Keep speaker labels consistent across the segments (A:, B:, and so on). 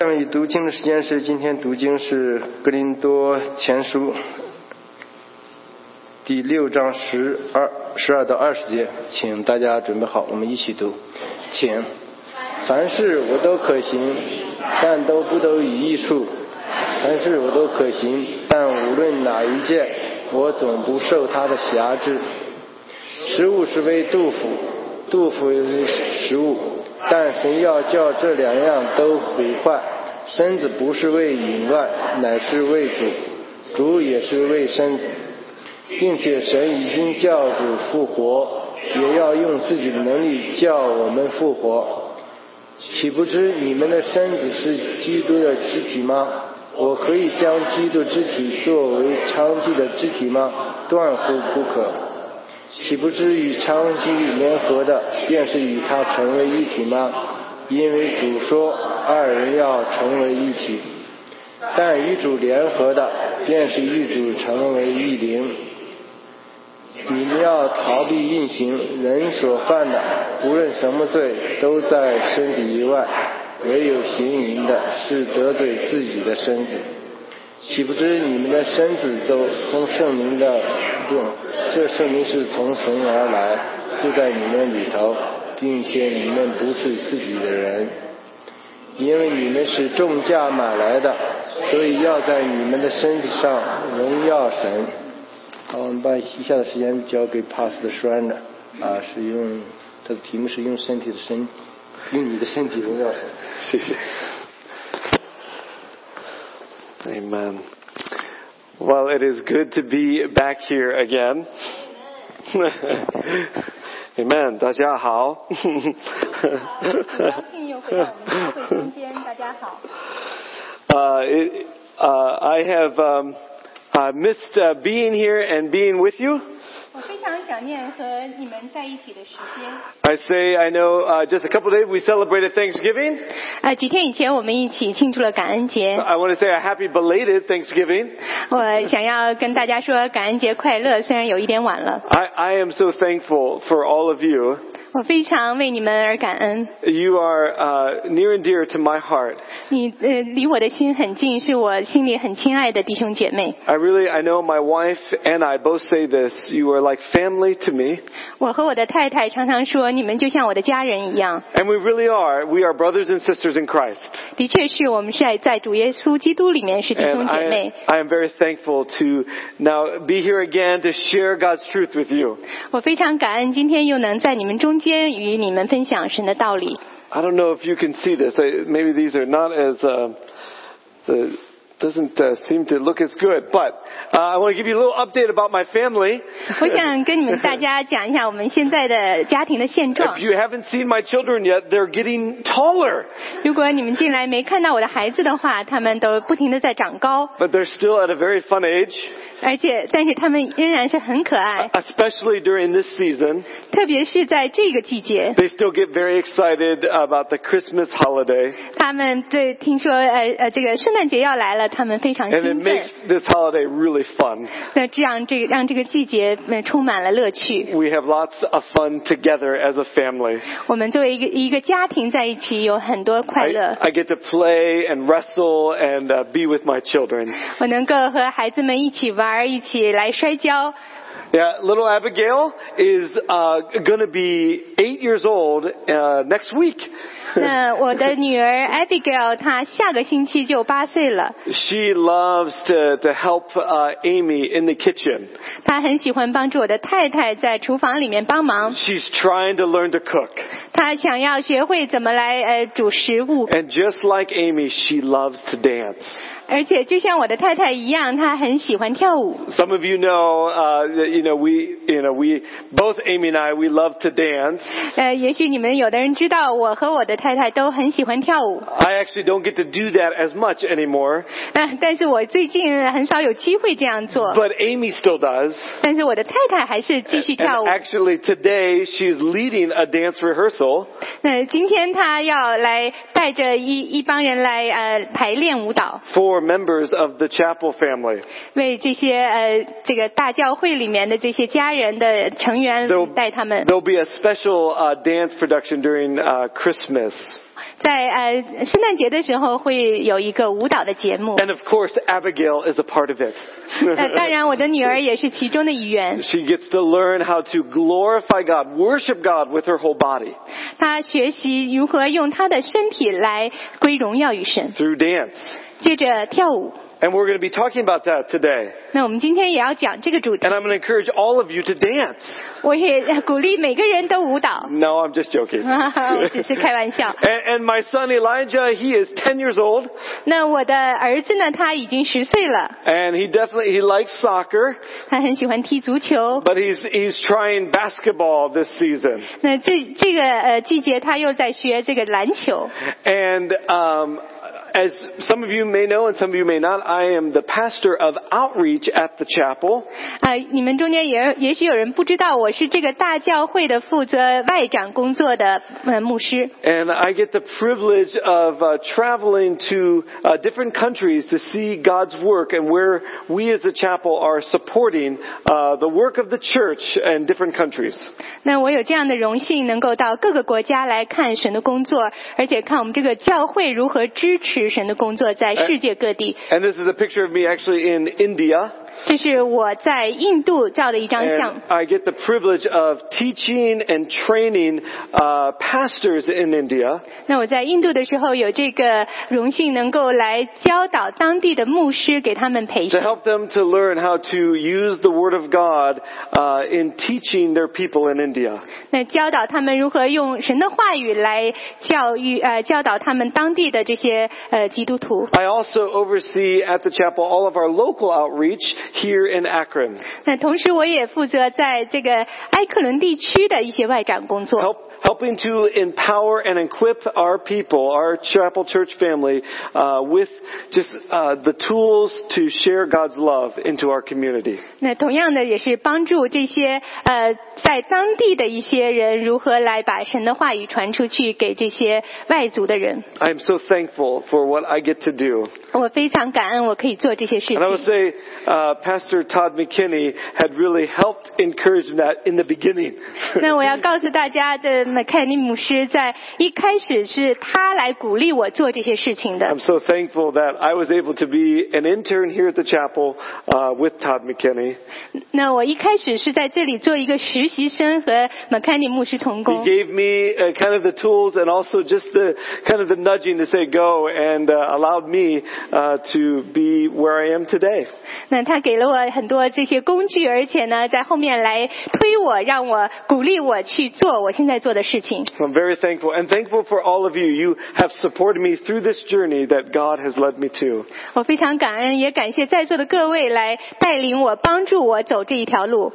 A: 上一读经的时间是今天读经是《格林多前书》第六章十二十二到二十节，请大家准备好，我们一起读。请，凡事我都可行，但都不都于益处；凡事我都可行，但无论哪一件，我总不受它的辖制。食物是为杜甫，杜甫为食物，但神要叫这两样都毁坏。身子不是为淫乱，乃是为主；主也是为身子，并且神已经叫主复活，也要用自己的能力叫我们复活。岂不知你们的身子是基督的肢体吗？我可以将基督肢体作为娼妓的肢体吗？断乎不可。岂不知与娼妓联合的，便是与他成为一体吗？因为主说，二人要成为一体。但与主联合的，便是与主成为一灵。你们要逃避运行人所犯的，无论什么罪，都在身体以外；唯有行淫的，是得罪自己的身子。岂不知你们的身子都从圣灵的动，这圣灵是从神而来，住在你们里头，并且你们不是自己的人，因为你们是重价买来的，所以要在你们的身体上荣耀神。好，我们把以下的时间交给帕斯的 s h 啊，是用他的题目是用身体的身，用你的身体荣耀神。
B: 谢谢。Amen. Well, it is good to be back here again. Amen. 大家好。
C: 很高兴又回到我们教会中间，大家好。
B: Uh, it, uh, I have um, uh, missed uh, being here and being with you.
C: 我非常想念和你们在一起的时间。
B: I say I know uh, just a couple of days we celebrated Thanksgiving.
C: 啊，几天以前我们一起庆祝了感恩 节，
B: I want to say a happy belated Thanksgiving.
C: 我想要跟大家说感恩节快乐，虽然有一点晚了。
B: I, I am so thankful for all of you.
C: 我非常为你们而感恩，
B: You are uh, near and dear to my heart.
C: 你呃离我的心很近，是我心里很亲爱的弟兄姐妹。
B: I really, I know my wife and I both say this. You are like family to me.
C: 我和我的太太常常说，你们就像我的家人一样。
B: And we really are. We are brothers and sisters in Christ.
C: 的确是我们是在在主耶稣基督里面是弟
B: And
C: 兄姐
B: I,
C: 妹。
B: I am very thankful to now be here again to share God's truth with you.
C: 我非常感恩今天又能在你们中间与你们分享神的道理。
B: I don't know if you can see this. I, maybe these are not as, uh, the, doesn't uh, seem to look as good, but uh, I want to give you a little update about my family.
C: 我想跟你们大家讲一下我们现在的家庭的现状
B: If。you haven't seen my children yet, they're getting taller,
C: 如果你们进来没看到我的孩子的话，他们都不停的在长高，
B: but they're still at a very fun age,
C: 而且但是他们仍然是很可
B: 啊
C: 爱，
B: especially during this season.
C: 特别是在这个季节，
B: They still get very excited about the Christmas holiday,
C: 他们对听说呃呃这个圣诞节要来了，他们非常
B: and it
C: 兴
B: makes
C: 奋。
B: this holiday really fun.
C: 那这样这个让这个季节呃充满了乐趣。
B: We have lots of fun together as a family.
C: 我们作为一个一个家庭在一起有很多快
B: I,
C: 乐，
B: I get to play and wrestle and uh, be with my children.
C: 我能够和孩子们一起玩，一起来摔跤。
B: Yeah, little Abigail is uh, going to be eight years old uh, next week.
C: 那我的女儿 Abigail 她下个星期就八岁了，
B: She loves to, to help uh, Amy in the kitchen.
C: 她很喜欢帮助我的太太在厨房里面帮忙，
B: She's trying to learn to cook.
C: 她想要学会怎么来呃煮食物，
B: And just like Amy, she loves to dance.
C: 而且就像我的太太一样，她很喜欢跳舞。
B: Some of you know, uh, that, you know, we, you know, we, both Amy and I, we love to dance.
C: 呃，也许你们有的人知道，我和我的太太都很喜欢跳舞，
B: I actually don't get to do that as much anymore,
C: 嗯、但是我最近很少有机会这样做，
B: but Amy still does.
C: 但是我的太太还是继续跳舞
B: And。actually today she's leading a dance rehearsal
C: 那呃今天她要来带着一一帮人来呃排练舞蹈。
B: for members of the chapel family.
C: 为这些呃这个大教会里面的这些家人的成员
B: There'll,
C: 带他们。
B: there'll be a special uh, dance production during uh, Christmas.
C: 在呃圣诞节的时候会有一个舞蹈的节 目。
B: And of course, Abigail is a part of it.
C: 那当然，我的女儿也是其中的一员。
B: she gets to learn how to glorify God, worship God with her whole body
C: 她学习如何用她的身体来归荣耀于神，
B: through dance.
C: 接着跳舞。
B: And we're going to be talking about that today.
C: 那我们今天也要讲这个主题
B: And，I'm going to encourage all of you to dance.
C: 我也鼓励每个人都舞蹈。
B: No, I'm just joking.。
C: 我只是开玩笑
B: And, and my son Elijah, he is 10 years old,
C: 那我的儿子呢？他已经十岁了，
B: and he definitely he likes soccer,
C: 他很喜欢踢足球。
B: but he's he's trying basketball this season.
C: 那这这个呃季节，他又在学这个篮球。
B: And um, as some of you may know, and some of you may not, I am the pastor of outreach at the chapel.
C: 啊，你们中间也也许有人不知道，我是这个大教会的负责外长工作的呃牧师。
B: And I get the privilege of uh, traveling to uh, different countries to see God's work and where we as the chapel are supporting uh, the work of the church in different countries.
C: 那我有这样的荣幸，能够到各个国家来看神的工作，而且看我们这个教会如何支持神的工作在世界各地。
B: And this is a picture of me actually in India.
C: 这是我在印度照的一张相
B: And。I get the privilege of teaching and training uh, pastors in India.
C: 那我在印度的时候，有这个荣幸能够来教导当地的牧师，给他们培训
B: to。help them to learn how to use the Word of God uh, in teaching their people in India.
C: 那教导他们如何用神的话语来教育呃教导他们当地的这些呃基督徒。
B: I also oversee at the chapel all of our local outreach here in Akron.
C: 那同时我也负责在这个埃克伦地区的一些外长工作。
B: Help, helping to empower and equip our people, our chapel church family, uh, with just uh, the tools to share God's love into our community.
C: 那同样的也是帮助这些呃在当地的一些人如何来把神的话语传出去给这些外族的人。
B: I am so thankful for what I get to do.
C: 我非常感恩我可以做这些事
B: And I would
C: 情。
B: say uh, Pastor Todd McKinney had really helped encourage that in the beginning.
C: 那我要告诉大家，这麦凯尼姆师在一开始是他来鼓励我做这些事情的
B: I'm。so thankful that I was able to be an intern here at the chapel uh, with Todd McKinney.
C: 那我一开始是在这里做一个实习生和麦凯尼牧师同
B: He
C: 工。
B: gave me uh, kind of the tools and also just the kind of the nudging to say go and uh, allowed me uh, to be where I am today.
C: 那他给了我很多这些工具，而且呢，在后面来推我，让我鼓励我去做我现在做的事情。
B: I'm very thankful and thankful for all of you. You have supported me through this journey that God has led me to.
C: 我非常感恩，也感谢在座的各位来带领我、帮助我走这一条路。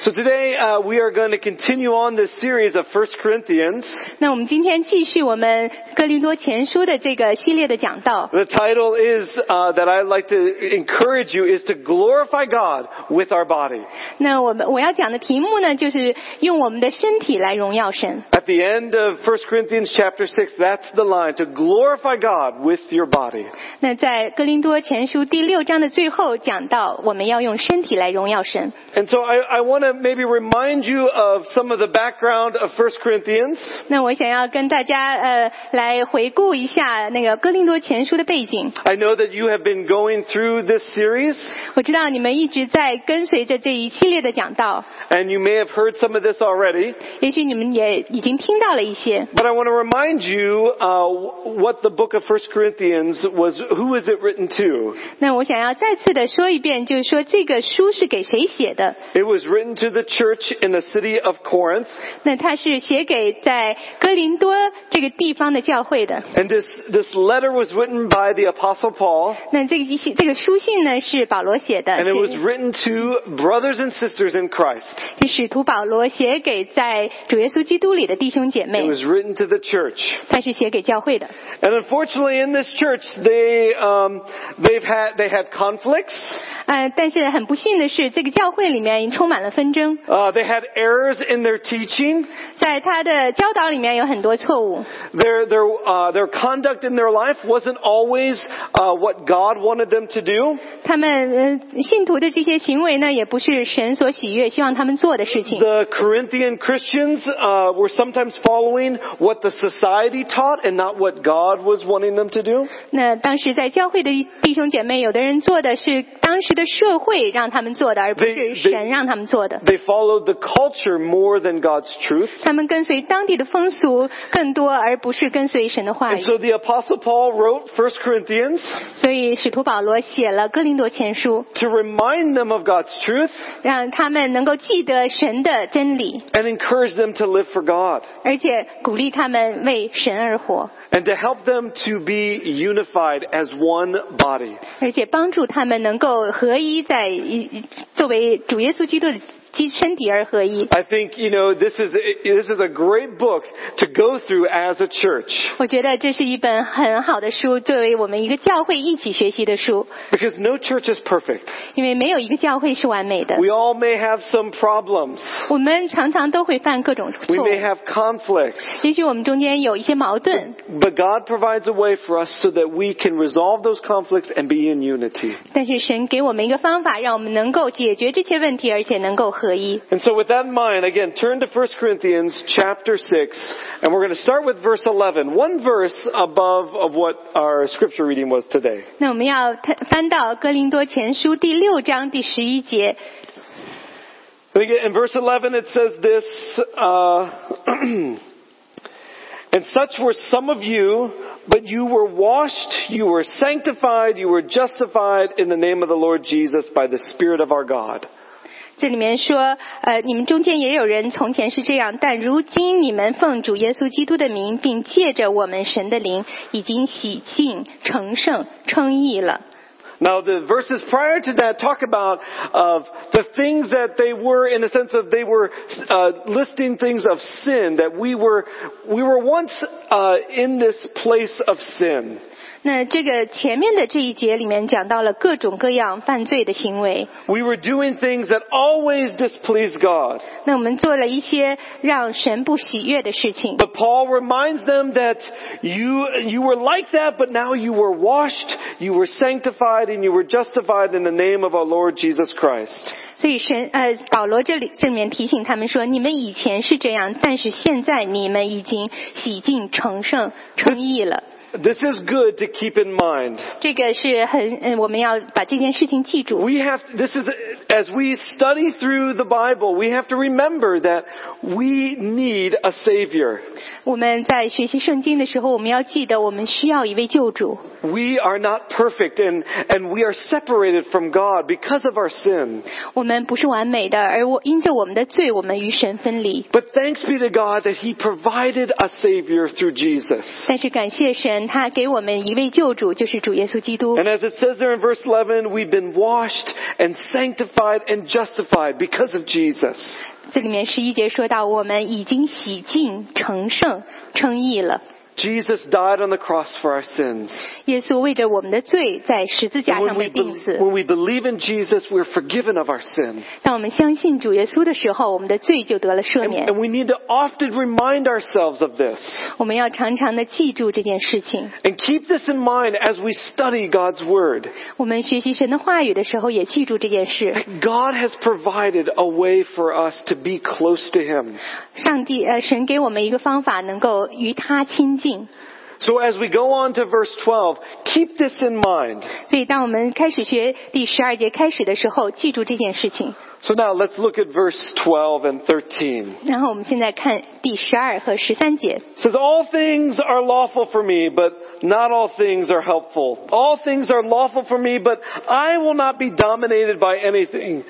B: So today uh, we are going to continue on this series of 1 Corinthians.
C: 那我们今天继续我们哥林多前书的这个系列的讲道。
B: The title is uh, that I'd like to encourage you is to glorify God with our body.
C: 那我们我要讲的题目呢，就是用我们的身体来荣耀神。
B: At the end of 1 Corinthians chapter 6, that's the line, to glorify God with your body.
C: 那在哥林多前书第六章的最后讲到，我们要用身体来荣耀神。
B: And so I, I want to maybe remind you of some of the background of 1 Corinthians.
C: 那我想要跟大家呃来回顾一下那个哥林多前书的背景。
B: I know that you have been going through this series,
C: 我知道你们一直在跟随着这一系列的讲道，
B: and you may have heard some of this already,
C: 也许你们也已经听到了一些。
B: but I want to remind you uh, what the book of 1 Corinthians was, who is it written to?
C: 那我想要再次的说一遍，就是说这个书是给谁写的？
B: It was written to the church in the city of Corinth,
C: 那它是写给在哥林多这个地方的教会的。
B: and this, this letter was written by the apostle Paul.
C: 那这个信这个书信呢是保罗写的
B: And it was
C: 是
B: written to brothers and sisters in Christ.
C: 是使徒保罗写给在主耶稣基督里的弟兄姐
B: It
C: 妹，
B: was written to the church.
C: 他是写给教会的。
B: And unfortunately, in this church, they um, they've had they had conflicts.
C: 呃，但是很不幸的是，这个教会里面充满了纷争，
B: Uh, they had errors in their teaching.
C: 在他的教导里面有很多错误，
B: Their their uh, their conduct in their life wasn't always uh, what God wanted them to do.
C: 他们呃嗯，信徒的这些行为呢，也不是神所喜悦，希望他们做的事情。
B: The Corinthian Christians uh, were sometimes following what the society taught and not what God was wanting them to do.
C: 那当时在教会的弟兄姐妹，有的人做的是当时的社会让他们做的，而不
B: They-
C: 是
B: they-
C: 神让他们做的。
B: They followed the culture more than God's truth.
C: 他们跟随当地的风俗更多，而不是跟随神的话
B: And
C: 语。
B: so the Apostle Paul wrote 1 Corinthians
C: 所以使徒保罗写了《哥林多前书》，
B: to remind them of God's truth
C: 让他们能够记得神的真理，
B: and encourage them to live for God
C: 而且鼓励他们为神而活，
B: and to help them to be unified as one body.
C: 而且帮助他们能够合一在一作为主耶稣基督的基身体而合一。
B: I think, you know, this is, this is a great book to go through as a church
C: 我觉得这是一本很好的书，作为我们一个教会一起学习的书，
B: because no church is perfect.
C: 因为没有一个教会是完美的。
B: We all may have some problems.
C: 我们常常都会犯各种
B: We
C: 错误，
B: may have conflicts.
C: 也许我们中间有一些矛盾，
B: But God provides a way for us so that we can resolve those conflicts and be in unity.
C: 但是神给我们一个方法，让我们能够解决这些问题，而且能够合一。
B: And so with that in mind, again, turn to 1 Corinthians chapter 6, and we're going to start with verse 11, one verse above of what our scripture reading was today.
C: 那我们要翻到哥林多前书第六章第十一节，
B: I think in verse 11 it says this, uh, and such were some of you, but you were washed, you were sanctified, you were justified in the name of the Lord Jesus by the Spirit of our God.
C: 这里面说，呃，你们中间也有人从前是这样，但如今你们奉主耶稣基督的名，并借着我们神的灵，已经洗净、成圣、称义了。
B: Now the verses prior to that talk about of the things that they were in a sense of they were uh, listing things of sin that we were we were once uh, in this place of sin.
C: 那这个前面的这一节里面讲到了各种各样犯罪的行为，
B: We were doing things that always displeased God.
C: 那我们做了一些让神不喜悦的事情。
B: But Paul reminds them that you you were like that but now you were washed, you were sanctified and you were justified in the name of our Lord Jesus Christ.
C: 所以神呃，保罗这里这里面提醒他们说，你们以前是这样，但是现在你们已经洗净、成圣、称义了。
B: This is good to keep in mind.
C: 这个是很嗯，我们要把这件事情记住。
B: We have this is as we study through the Bible, we have to remember that we need a savior.
C: 我们在学习圣经的时候，我们要记得我们需要一位救主。
B: We are not perfect and and we are separated from God because of our sin.
C: 我们不是完美的，而我因着我们的罪，我们与神分离。
B: But thanks be to God that he provided a savior through Jesus.
C: 但是感谢神，他给我们一位救主，就是主耶稣基督。
B: And as it says there in verse 11, we've been washed and sanctified and justified because of Jesus.
C: 这里面十一节说到，我们已经洗净、成圣、称义了。
B: Jesus died on the cross for our sins.
C: 耶稣为着我们的罪在十字架
B: And
C: 上
B: when
C: 被
B: we,
C: 钉
B: be-
C: 死。
B: when we believe in Jesus, we're forgiven of our sin.
C: 当我们相信主耶稣的时候，我们的罪就得了赦
B: And,
C: 免
B: and。we need to often remind ourselves of this
C: 我们要常常的记住这件事情。
B: and keep this in mind as we study God's Word.
C: 我们学习神的话语的时候，也记住这件
B: 哎
C: 事。
B: God has provided a way for us to be close to Him.
C: 上帝呃，神给我们一个方法，能够与他亲近。
B: So as we go on to verse 12, keep this in mind.
C: 所以，当我们开始学第十二节开始的时候，记住这件事情。
B: So now let's look at verse 12 and 13.
C: 然后，我们现在看第十二和十三节。
B: It says, All things are lawful for me, but not all things are helpful. All things are lawful for me, but I will not be dominated by anything.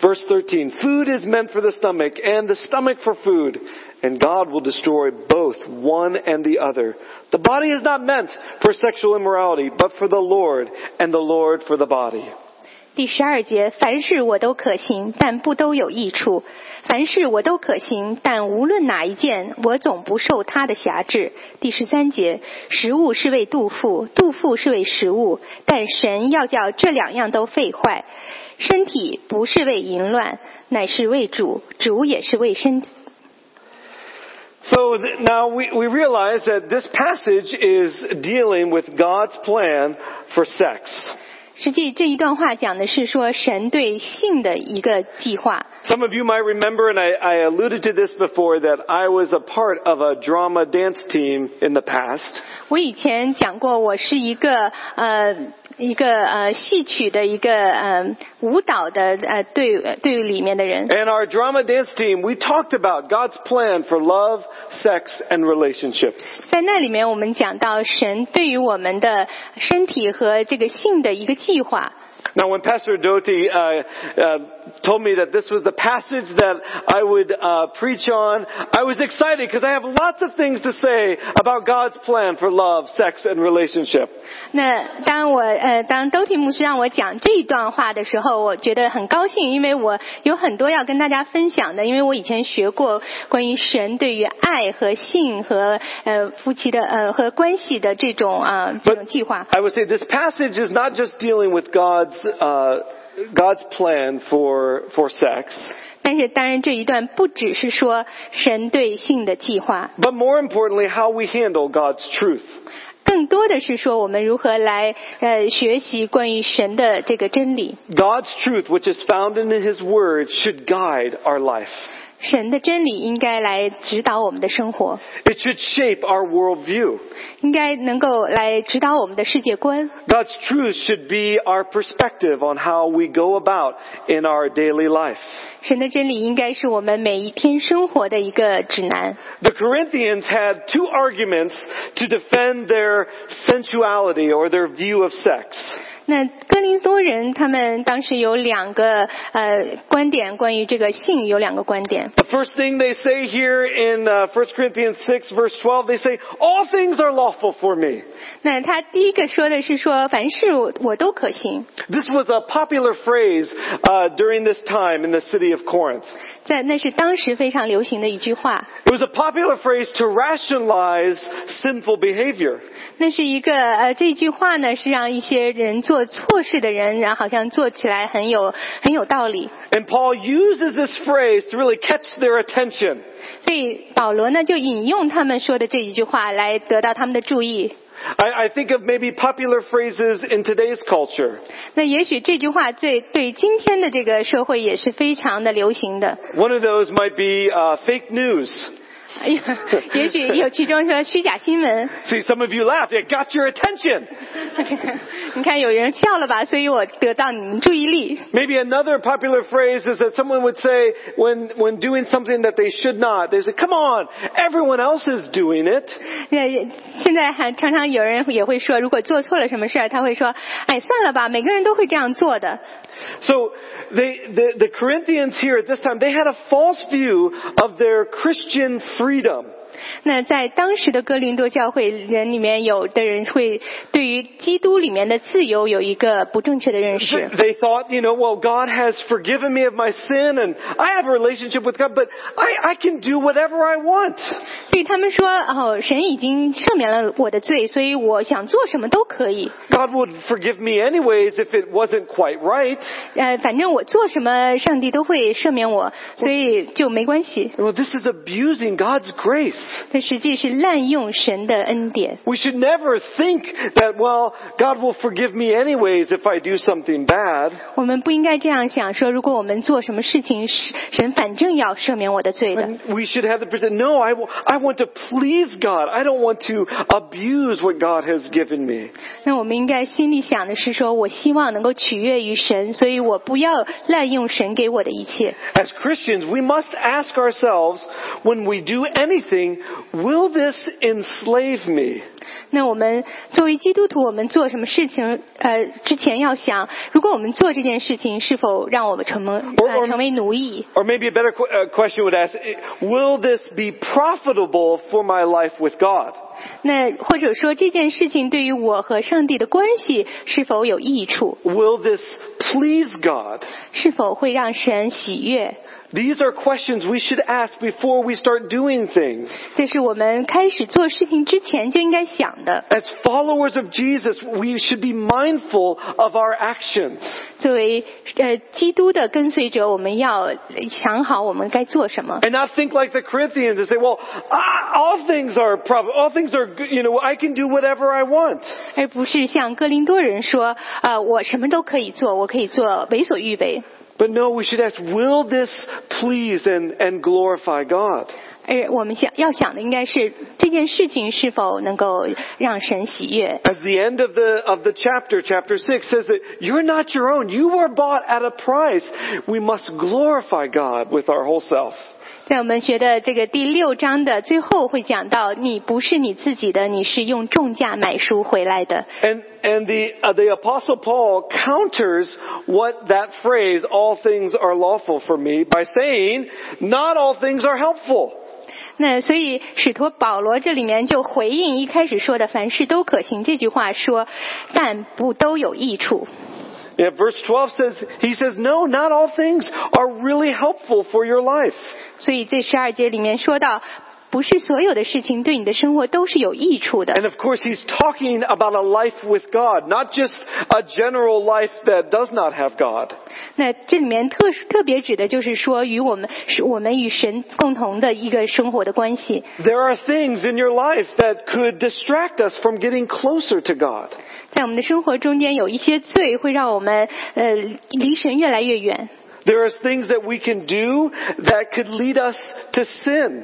B: Verse 13, food is meant for the stomach, and the stomach for food, and God will destroy both one and the other. The body is not meant for sexual immorality, but for the Lord, and the Lord for the body.
C: 第十二节，凡事我都可行，但不都有益处；凡事我都可行，但无论哪一件，我总不受它的辖制。第十三节，食物是为肚腹，肚腹是为食物，但神要叫这两样都废坏。身体不是为淫乱，乃是为主；主也是为身体。
B: So th- now we, we realize that this passage is dealing with God's plan for sex.
C: 实际这一段话讲的是说神对性的一个计划。
B: Some of you might remember, and I, I alluded to this before, that I was a part of a drama dance team in the past.
C: 我以前讲过，我是一个呃一个呃戏曲的一个呃舞蹈的呃队呃队伍里面的人。
B: And our drama dance team, we talked about God's plan for love, sex, and relationships.
C: 在那里面，我们讲到神对于我们的身体和这个性的一个计划。
B: Now, when Pastor Doty uh, uh, told me that this was the passage that I would uh, preach on, I was excited because I have lots of things to say about God's plan for love, sex, and relationship.
C: 那当我呃当 Doti 牧师让我讲这一段话的时候，我觉得很高兴，因为我有很多要跟大家分享的，因为我以前学过关于神对于爱和性和呃夫妻的呃和关系的这种啊、呃、这种计划。
B: I would say this passage is not just dealing with God's uh, God's plan for for sex,
C: 但是当然这一段不只是说神对性的计划，
B: but more importantly, how we handle God's truth.
C: 更多的是说我们如何来呃学习关于神的这个真理。
B: God's truth, which is found in His Word, should guide our life.
C: 神的真理应该来指导我们的生活，
B: It should shape our worldview.
C: 应该能够来指导我们的世界观。
B: God's truth should be our perspective on how we go about in our daily life.
C: 神的真理应该是我们每一天生活的一个指南。
B: The Corinthians had two arguments to defend their sensuality or their view of sex.
C: 那哥林多人他们当时有两个呃观点，关于这个性有两个观点。
B: The first thing they say here in uh, 1 Corinthians 6 verse 12, they say, all things are lawful for me.
C: 那他第一个说的是说，凡事我我都可行。
B: This was a popular phrase uh, during this time in the city of Corinth.
C: 在那是当时非常流行的一句话，
B: It was a popular phrase to rationalize sinful behavior.
C: 那是一个呃这句话呢是让一些人做错事的人，然后好像做起来很有很有道理。
B: And Paul uses this phrase to really catch their attention.
C: 所以保罗呢就引用他们说的这一句话来得到他们的注意。
B: I, I think of maybe popular phrases in today's culture.
C: 那也许这句话最对今天的这个社会也是非常的流行的，
B: One of those might be uh, fake news.
C: 也许有其中说虚假新闻。
B: See, some of you laughed. It got your attention.
C: 你看有人笑了吧，所以我得到你们注意力。
B: Maybe another popular phrase is that someone would say when, when doing something that they should not, they say, come on, everyone else is doing it.
C: 那也现在还常常有人也会说，如果做错了什么事儿，他会说：“哎，算了吧，每个人都会这样做的。
B: So they, the, the Corinthians here at this time, they had a false view of their Christian freedom. ”
C: 那在当时的哥林多教会人里面，有的人会对于基督里面的自由有一个不正确的 认识。
B: They thought, you know, well, God has forgiven me of my sin and I have a relationship with God, but I, I can do whatever I want.
C: 所以他们说：“哦，神已经赦免了我的罪，所以我想做什么都可以。
B: God would forgive me anyways if it wasn't quite right.
C: 呃，反正我做什么，上帝都会赦免我，所以就没关系。
B: Well, this is abusing God's grace.
C: 但实际是滥用神的恩典。
B: We should never think that, well, God will forgive me anyways if I do something bad.
C: 我们不应该这样想，说如果我们做什么事情，神神反正要赦免我的罪的。
B: We should have the person, no, I wa- I want to please God. I don't want to abuse what God has given me.
C: 那我们应该心里想的是说，我希望能够取悦于神，所以我不要滥用神给我的一切。
B: As Christians, we must ask ourselves when we do anything, will this enslave me?
C: 那我们作为基督徒，我们做什么事情，呃，之前要想，如果我们做这件事情，是否让我们成为、
B: 我
C: 呃、成为奴役？
B: Or maybe a better qu- uh, question would ask, will this be profitable for my life with God?
C: 那或者说这件事情对于我和上帝的关系是否有益处？
B: Will this please God?
C: 是否会让神喜悦？
B: These are questions we should ask before we start doing things.
C: 这是我们开始做事情之前就应该想的。
B: As followers of Jesus, we should be mindful of our actions.
C: 作为呃基督的跟随者，我们要想好我们该做什么，
B: And not think like the Corinthians and say, well, ah, all things are prob- all things are, good, you know, I can do whatever I want.
C: 而不是像哥林多人说，呃，我什么都可以做，我可以做为所欲为。
B: But no, we should ask, will this please and, and glorify God?
C: 而我们想要想的应该是这件事情是否能够让神喜悦。
B: As the end of the, of the chapter, chapter 6 says that you're not your own. You are bought at a price. We must glorify God with our whole self.
C: 在我们学的这个第六章的最后会讲到，你不是你自己的，你是用重价买赎回来的。
B: And, and the, uh, the apostle Paul counters what that phrase, all things are lawful for me, by saying, not all things are helpful.
C: 那所以使徒保罗这里面就回应一开始说的“凡事都可行”这句话说，但不都有益处。
B: Yeah, verse 12 says, he says, no, not all things are really helpful for your life.
C: 所以这十二节里面说到，不是所有的事情对你的生活都是有益处的。
B: And of course, he's talking about a life with God, not just a general life that does not have God.
C: 那这里面特特别指的就是说，与我们是我们与神共同的一个生活的关系。
B: There are things in your life that could distract us from getting closer to God.
C: 在我们的生活中间，有一些罪会让我们呃离神越来越远，
B: There are things that we can do that could lead us to sin.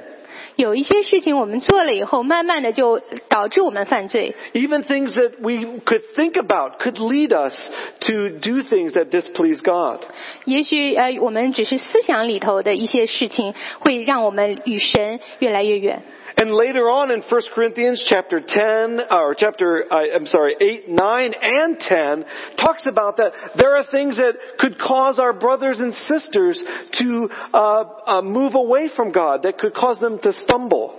C: 有一些事情我们做了以后，慢慢的就导致我们犯罪。
B: Even things that we could think about could lead us to do things that displease God.
C: 也许呃，我们只是思想里头的一些事情，会让我们与神越来越远。
B: And later on in 1 Corinthians chapter 10, or chapter, I, I'm sorry, 8, 9, and 10, talks about that there are things that could cause our brothers and sisters to uh, uh, move away from God, that could cause them to stumble.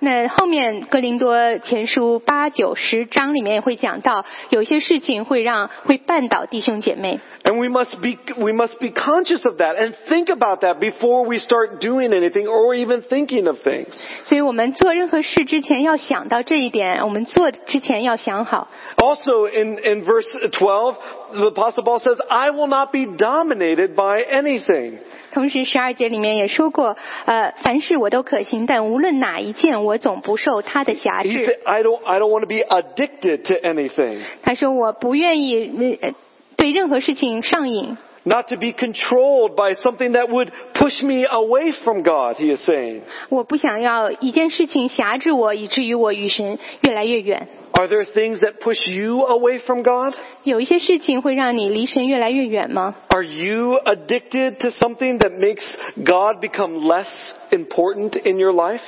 C: 那后面哥林多前书八九十章里面也会讲到，有一些事情会让会绊倒弟兄姐妹。
B: And we must be, we must be conscious of that and think about that before we start doing anything or even thinking of things.
C: 所以我们做任何事之前要想到这一点，我们做之前要想好。
B: Also in, in verse 12, the apostle Paul says, I will not be dominated by anything.
C: 同时，十二节里面也说过，呃，凡事我都可行，但无论哪一件，我总不受他的辖
B: He said,
C: 制。
B: I don't, I don't want to be addicted to anything,
C: 他说，我不愿意呃对任何事情上瘾，
B: not to be controlled by something that would push me away from God, he is saying.
C: 我不想要一件事情辖制我，以至于我与神越来越远。
B: Are there things that push you away from God?
C: 有一些事情会让你离神越来越远吗？
B: Are you addicted to something that makes God become less important in your life?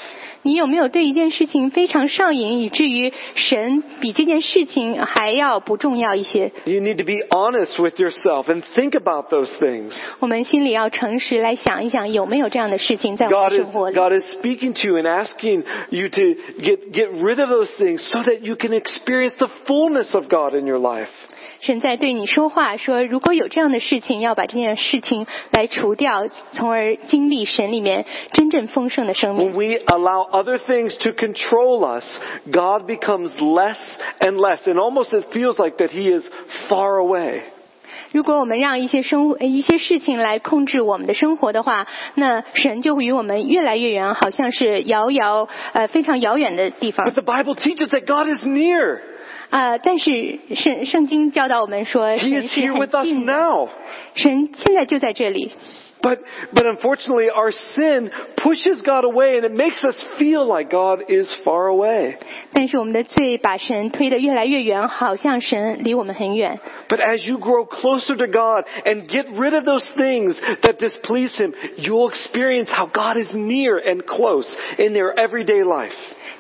C: 你有没有对一件事情非常上瘾，以至于神比这件事情还要不重要一些？
B: You need to be honest with yourself and think about those things.
C: 我们心里要诚实来想一想，有没有这样的事情在我
B: God
C: 们
B: is,
C: 生活里？
B: God is speaking to you and asking you to get, get rid of those things so that you can experience the fullness of God in your life.
C: 神在对你说话，说如果有这样的事情，要把这件事情来除掉，从而经历神里面真正丰盛的生
B: When
C: 命。
B: we allow other things to control us, God becomes less and less. And almost it feels like that He is far away.
C: 如果我们让一些生呃一些事情来控制我们的生活的话，那神就会与我们越来越远，好像是遥遥呃非常遥远的地方
B: But。the Bible teaches that God is near.
C: 呃，但是圣圣经教导我们说，
B: He
C: 神
B: is
C: 是
B: here
C: 很
B: with us
C: 近的，
B: now.
C: 神现在就在这里。
B: But, but unfortunately, our sin pushes God away and it makes us feel like God is far away.
C: 但是我们的罪把神推得越来越远，好像神离我们很远。
B: But as you grow closer to God and get rid of those things that displease Him, you'll experience how God is near and close in their everyday life.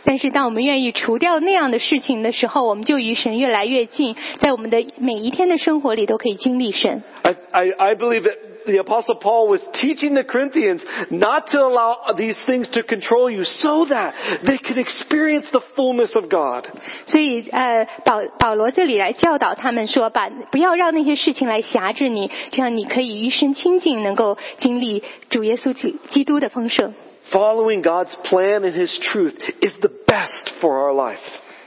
C: 但是当我们愿意除掉那样的事情的时候，我们就与神越来越近，在我们的每一天的生活里都可以经历神。
B: I, I, I believe that the apostle Paul was teaching the Corinthians not to allow these things to control you so that they could experience the fullness of God.
C: 所以，呃，保保罗这里来教导他们说，把不要让那些事情来辖制你，这样你可以与神亲近，能够经历主耶稣基基督的丰盛。
B: Following God's plan and His truth is the best for our life.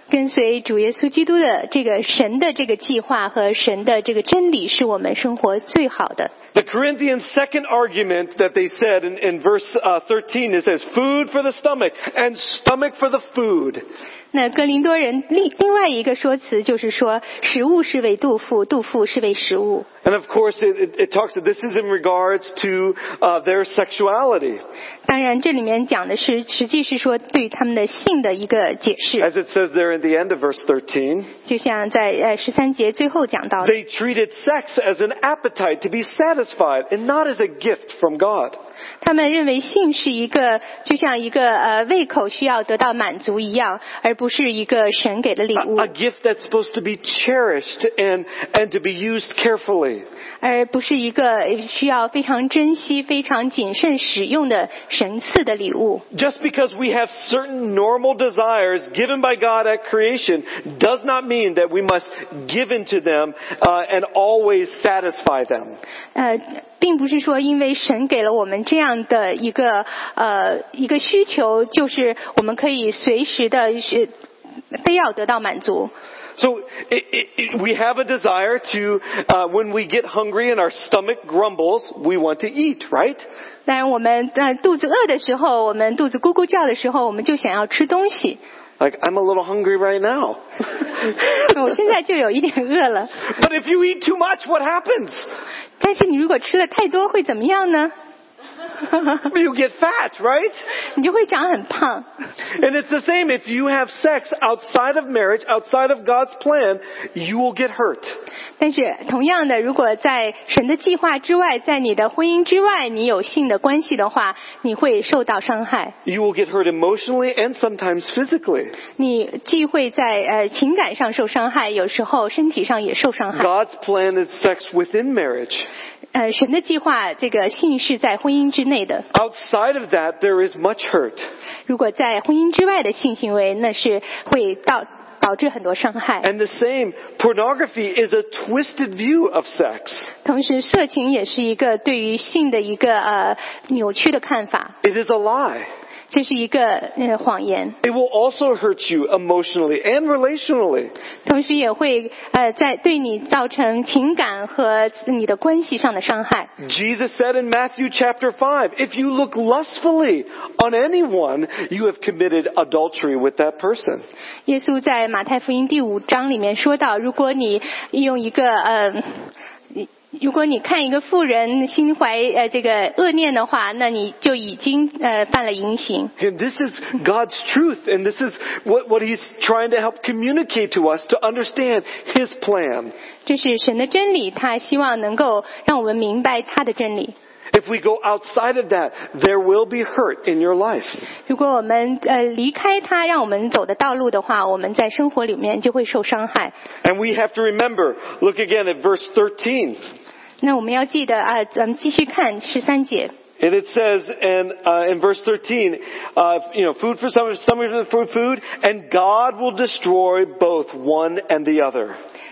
C: 跟随主耶稣基督的这个神的这个计划和神的这个真理，是我们生活最好的。
B: The Corinthians' second argument that they said in, in verse uh, 13, it says, food for the stomach and stomach for the food.
C: 那哥林多人另另外一个说辞就是说，食物是为肚腹，肚腹是为食物。
B: And of course, it, it, it talks, this is in regards to uh, their sexuality.
C: 当然，这里面讲的是，实际是说对他们的性的一个解释，
B: As it says there in the end of verse 13,
C: 就像在呃十三节最后讲到的，
B: they treated sex as an appetite to be satisfied and not as a gift from God.
C: 他们认为性是一个就像一个呃胃口需要得到满足一样，而不是一个神给的礼
B: A,
C: 物
B: a，gift that's supposed to be cherished and, and to be used carefully.
C: 而不是一个需要非常珍惜、非常谨慎使用的神赐的礼物。
B: Just because we have certain normal desires given by God at creation does not mean that we must give into them uh, and always satisfy them.
C: 呃，并不是说因为神给了我们这样的一个呃一个需求，就是我们可以随时的是非要得到满足。
B: So it, it, it, we have a desire to, uh, when we get hungry and our stomach grumbles, we want to eat, right?
C: 当然，我们呃肚子饿的时候，我们肚子咕咕叫的时候，我们就想要吃东西。
B: Like I'm a little hungry right now.
C: 我现在就有一点饿了，
B: but if you eat too much, what happens?
C: 但是你如果吃了太多会怎么样呢？
B: You get fat, right?
C: 你就会长很胖。
B: And it's the same if you have sex outside of marriage, outside of God's plan, you will get hurt.
C: 但是同样的，如果在神的计划之外，在你的婚姻之外，你有性的关系的话，你会受到伤害。
B: You will get hurt emotionally and sometimes physically.
C: 你既会在呃情感上受伤害，有时候身体上也受伤害。
B: God's plan is sex within marriage.
C: 呃，神的计划，这个性是在婚姻之内的。
B: Outside of that, there is much hurt.
C: 如果在婚姻之外的性行为，那是会到导致很多伤害。
B: And the same, pornography is a twisted view of sex.
C: 同时，色情也是一个对于性的一个呃扭曲的看法，
B: It is a lie.
C: 这是一个呃谎言。
B: It will also hurt you emotionally and relationally.
C: 同时也会呃在对你造成情感和你的关系上的伤害。
B: Jesus said in Matthew chapter 5, if you look lustfully on anyone, you have committed adultery with that person.
C: 耶稣在马太福音第五章里面说到，如果你用一个呃，如果你看一个妇人心怀呃这个恶念的话，那你就已经呃犯了淫行。
B: And this is God's truth, and this is what, what He's trying to help communicate to us to understand His plan.
C: 这是神的真理，他希望能够让我们明白他的真理。
B: If we go outside of that, there will be hurt in your life.
C: 如果我们呃离开他，让我们走的道路的话，我们在生活里面就会受伤害。
B: And we have to remember, look again at verse 13.
C: 那我们要记得啊、咱们继续看十三节。
B: And it says in, uh, in verse 13, uh, you know, food for some, stomach for the food, food, and God will destroy both one and the other.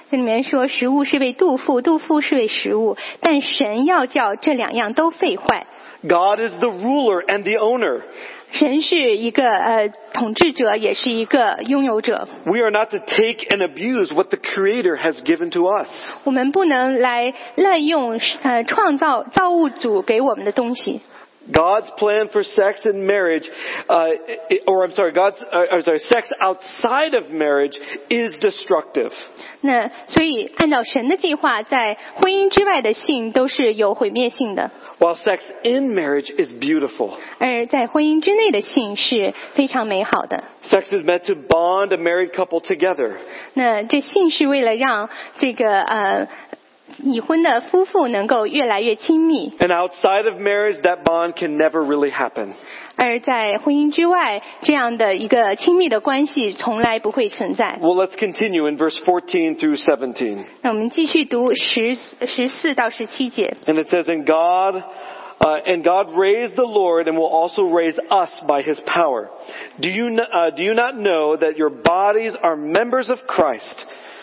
C: 这里面说，食物是为肚腹，肚腹是为食物，但神要叫这两样都废坏。
B: God is the ruler and the owner.
C: 神是一个呃统治者，也是一个拥有者。
B: We are not to take and abuse what the Creator has given to us.
C: 我们不能来滥用呃创造造物主给我们的东西。
B: God's plan for sex and marriage, uh, i- i- or I'm sorry, God's, uh, I'm sorry, sex outside of marriage is destructive.
C: 那所以，按照神的计划，在婚姻之外的性都是有毁灭性的，
B: While sex in marriage is beautiful.
C: 而在婚姻之内的性是非常美好的。
B: Sex is meant to bond a married couple together.
C: 那这性是为了让这个呃已婚的夫妇能够越来越亲密，
B: And outside of marriage, that bond can never really happen.
C: 而在婚姻之外，这样的一个亲密的关系从来不会存在。
B: Well, let's continue in verse 14 through 17.
C: 那我们继续读十十四到十七节。
B: And it says, And God, uh, and God raised the Lord and will also raise us by his power. Do you, n- uh, do you not know that your bodies are members of Christ?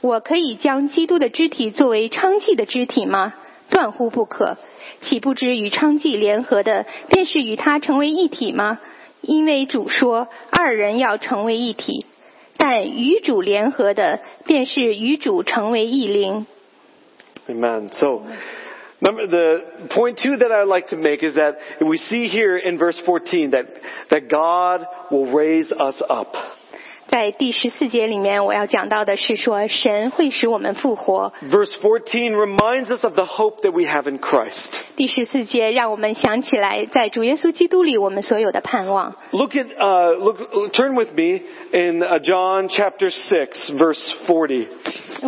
C: 我可以将基督的肢体作为娼妓的肢体吗？断乎不可。岂不知与娼妓联合的，便是与他成为一体吗？因为主说，二人要成为一体。但与主联合的，便是与主成为一灵。
B: Amen. So, number, the point two that I'd like to make is that we see here in verse 14 that, that God will raise us up.
C: 在第十四节里面，我要讲到的是说，神会使我们复活。
B: Verse 14 reminds us of the hope that we have in Christ.
C: 第十四节让我们想起来，在主耶稣基督里我们所有的盼望。
B: Look at, uh, look, turn with me in uh, John chapter 6, verse 40.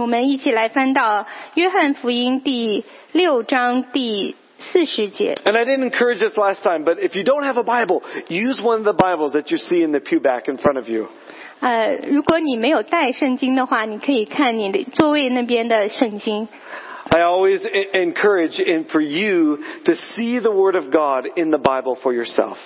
C: 我们一起来翻到《约翰福音》第六章第四十节。
B: And I didn't encourage this last time, but if you don't have a Bible, use one of the Bibles that you see in the pew back in front of you.
C: 呃，如果你没有带圣经的话，你可以看你的座位那边的圣经。
B: I always e- encourage in, for you to see the Word of God in the Bible for yourself.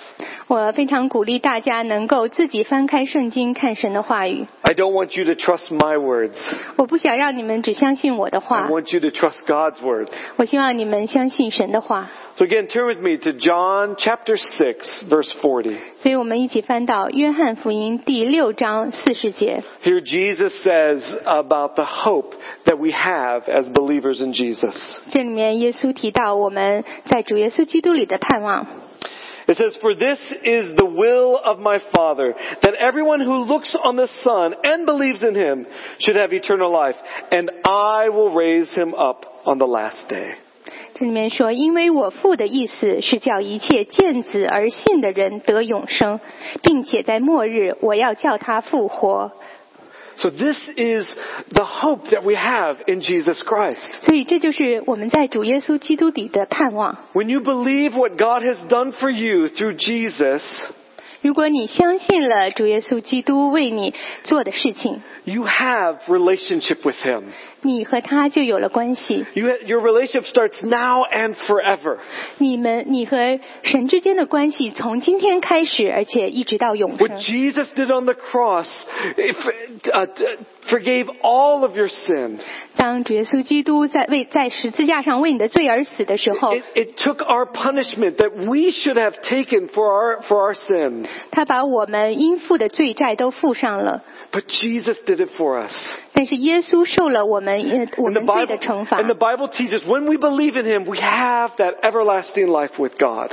C: 我非常鼓励大家能够自己翻开圣经看神的话语。
B: I don't want you to trust my words.
C: 我不想让你们只相信我的
B: I
C: 话，
B: want you to trust God's words.
C: 我希望你们相信神的话。
B: So again, turn with me to John chapter 6, verse 40.
C: 所以我们一起翻到《约翰福音》第六章四十节，
B: Here Jesus says about the hope that we have as believers in Jesus.
C: 这里面耶稣提到我们在主耶稣基督里的盼望。
B: It says, For this is the will of my Father, that everyone who looks on the Son and believes in him should have eternal life, and I will raise him up on the last day.
C: 这里面说，因为我父的意思是叫一切见子而信的人得永生，并且在末日我要叫他复活。
B: So this is the hope that we have in Jesus Christ.
C: 所以这就是我们在主耶稣基督里的盼望。
B: When you believe what God has done for you through Jesus,
C: 如果你相信了主耶稣基督为你做的事情，
B: you have relationship with Him.
C: 你和他就有了关系。
B: You, your relationship starts now and forever.
C: 你们，你和神之间的关系从今天开始，而且一直到永
B: What
C: 生。
B: Jesus did on the cross if, uh, t- forgave all of your sin.
C: 当主耶稣基督在为在十字架上为你的罪而死的时候
B: It,，it took our punishment that we should have taken for our, for our sin.
C: 他把我们应付的罪债都付上了。
B: But Jesus did it for us.
C: 但是耶稣受了我们呃我
B: And the,
C: 们罪的
B: Bible,
C: 惩罚
B: and，the Bible teaches when we believe in Him, we have that everlasting life with God.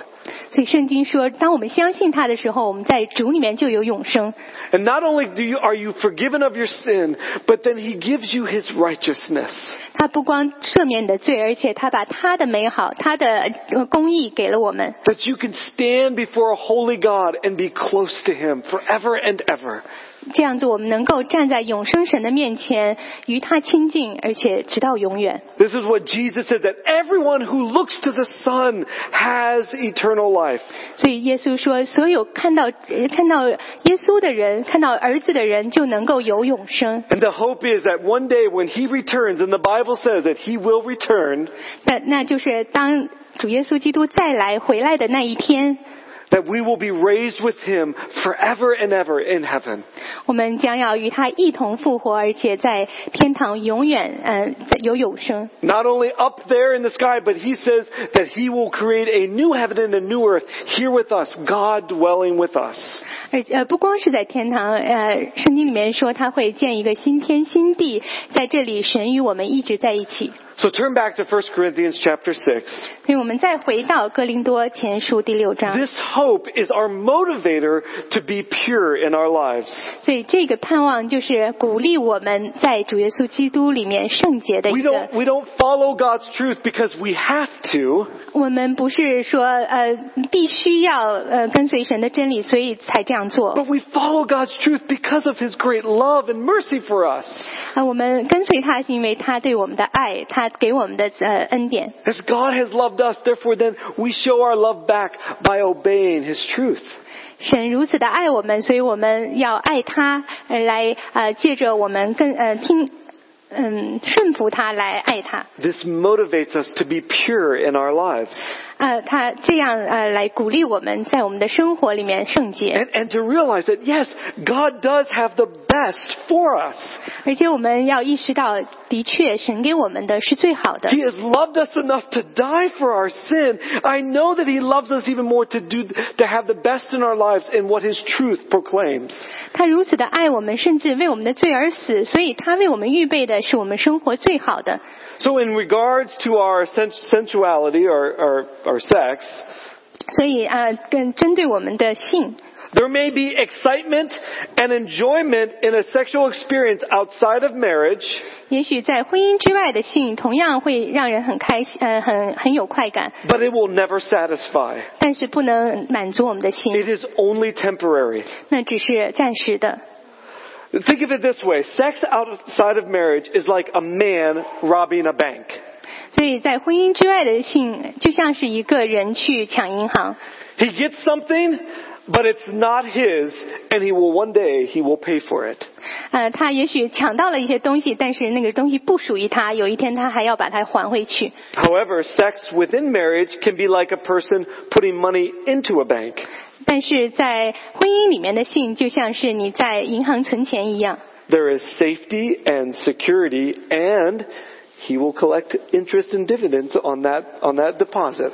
C: 所以圣经说，当我们相信他的时候，我们在主里面就有永生。
B: And not only do you, are you forgiven of your sin, but then He gives you His righteousness.
C: 他不光赦免你的罪，而且他把他的美好、他的呃公义给了我们，
B: That you can stand before a holy God and be close to Him forever and ever.
C: 这样子我们能够站在永生神的面前，与他亲近，而且直到永远。
B: This is what Jesus said that everyone who looks to the Son has eternal life.
C: 所以耶稣说，所有看到呃看到耶稣的人，看到儿子的人，就能够有永生。
B: And the hope is that one day when He returns, and the Bible says that He will return,
C: 那那就是当主耶稣基督再来回来的那一天，
B: that we will be raised with Him forever and ever in heaven.
C: 我们将要与他一同复活，而且在天堂永远嗯、呃、有永生。
B: Not only up there in the sky, but He says that He will create a new heaven and a new earth here with us, God dwelling with us.
C: 而呃，不光是在天堂，呃，圣经里面说他会建一个新天新地，在这里神与我们一直在一起。
B: So turn back to 1 Corinthians chapter 6.
C: 所以我们再回到哥林多前书第六章，
B: This hope is our motivator to be pure in our lives.
C: 所以这个盼望就是鼓励我们在主耶稣基督里面圣洁的
B: We
C: 一个。
B: don't, we don't follow God's truth because we have to.
C: 我们不是说呃必须要呃跟随神的真理，所以才这样做。
B: But we follow God's truth because of His great love and mercy for us.
C: 啊，我们跟随他是因为他对我们的爱，他给我们的呃恩典。
B: As God has loved us, therefore then we show our love back by obeying His truth.
C: 神如此的爱我们，所以我们要爱他，呃来呃借着我们跟呃听嗯顺服他来爱他，
B: This motivates us to be pure in our lives
C: 呃他这样呃来鼓励我们在我们的生活里面圣洁，
B: and, and to realize that, yes, God does have the best for us.
C: 而且我们要意识到，的确神给我们的是最好的。
B: He has loved us enough to die for our sin. I know that He loves us even more to do, to have the best in our lives in what His truth proclaims.
C: 他如此的爱我们，甚至为我们的罪而死，所以他为我们预备的是我们生活最好的。
B: So in regards to our sen- sensuality or, or, or sex,
C: 所以啊，呃更针对我们的性，
B: there may be excitement and enjoyment in a sexual experience outside of marriage,
C: 也许在婚姻之外的性同样会让人很开心，呃，很很有快感，
B: but it will never satisfy.
C: 但是不能满足我们的心，
B: It is only temporary.
C: 那只是暂时的。
B: Think of it this way. Sex outside of marriage is like a man robbing a bank.
C: 所以在婚姻之外的性，就像是一个人去抢银行，
B: He gets something, but it's not his, and he will one day, he will pay for it.
C: 呃，他也许抢到了一些东西，但是那个东西不属于他，有一天他还要把它还回去。
B: However, sex within marriage can be like a person putting money into a bank.
C: 但是在婚姻里面的性，就像是你在银行存钱一样，
B: There is safety and security, and he will collect interest and dividends on that, on that deposit.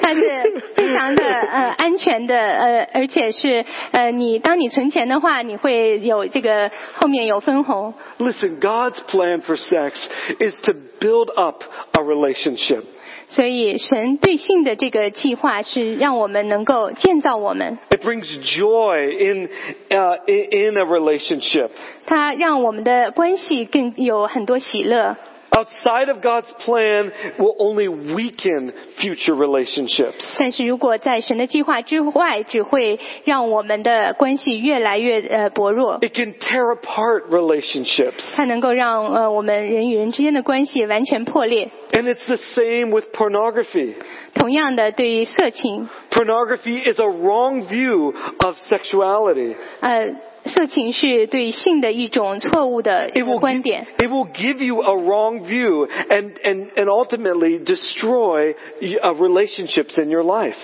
C: 它是非常的呃安全的呃，而且是呃你当你存钱的话，你会有这个后面有分红。
B: Listen, God's plan for sex is to build up a relationship.
C: 所以神对性的这个计划是让我们能够建造我们，
B: It brings joy in, uh, in in a relationship.
C: 它让我们的关系更有很多喜乐。
B: Outside of God's plan will only weaken future relationships.
C: 但是如果在神的计划之外，只会让我们的关系越来越呃薄弱。
B: It can tear apart relationships.
C: 它能够让呃我们人与人之间的关系完全破裂。
B: And it's the same with pornography.
C: 同样的，对于色情，
B: Pornography is a wrong view of sexuality.
C: 呃，色情是对性的一种错误的呃
B: It will,
C: 观
B: give,
C: 点，
B: it will give you a wrong view and, and, and ultimately destroy uh, relationships in your life.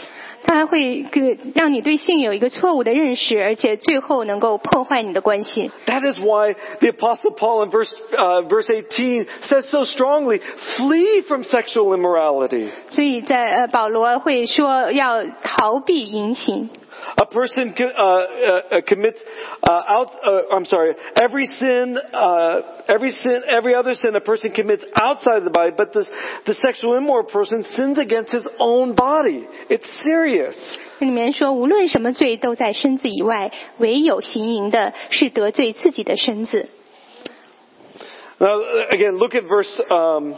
C: 它会给让你对性有一个错误的认识，而且最后能够破坏你的关系。
B: That is why the apostle Paul in verse, uh, verse 18 says so strongly, flee from sexual immorality.
C: 所以在呃保罗会说要逃避淫行。
B: A person co- uh, uh, commits, uh, out, uh, I'm sorry, every sin, uh, every sin, every other sin a person commits outside of the body, but this, the sexual immoral person sins against his own body. It's serious.
C: 那里面说，无论什么罪都在身子以外，唯有行淫的是得罪自己的身子。
B: Now, uh, again, look at verse, um,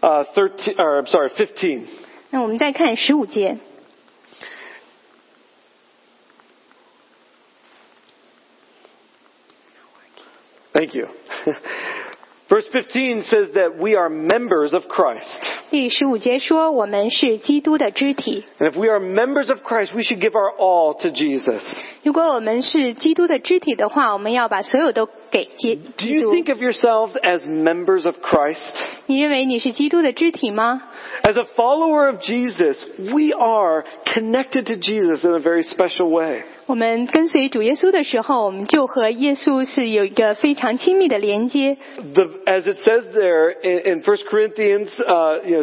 B: uh, 13, or I'm sorry, 15.
C: 那我们再看十五节。
B: Thank you. Verse 15 says that we are members of Christ.
C: 第十五节说，我们是基督的肢体。
B: And if we are members of Christ, we should give our all to Jesus.
C: 如果我们是基督的肢体的话，我们要把所有都给基
B: Do
C: 基
B: you
C: 督。
B: think of yourselves as members of Christ?
C: 你认为你是基督的肢体吗？
B: As a follower of Jesus, we are connected to Jesus in a very special way.
C: 我们跟随主耶稣的时候，我们就和耶稣是有一个非常亲密的连接。
B: The, as it says there in, in 1 Corinthians uh, you know, 6.15,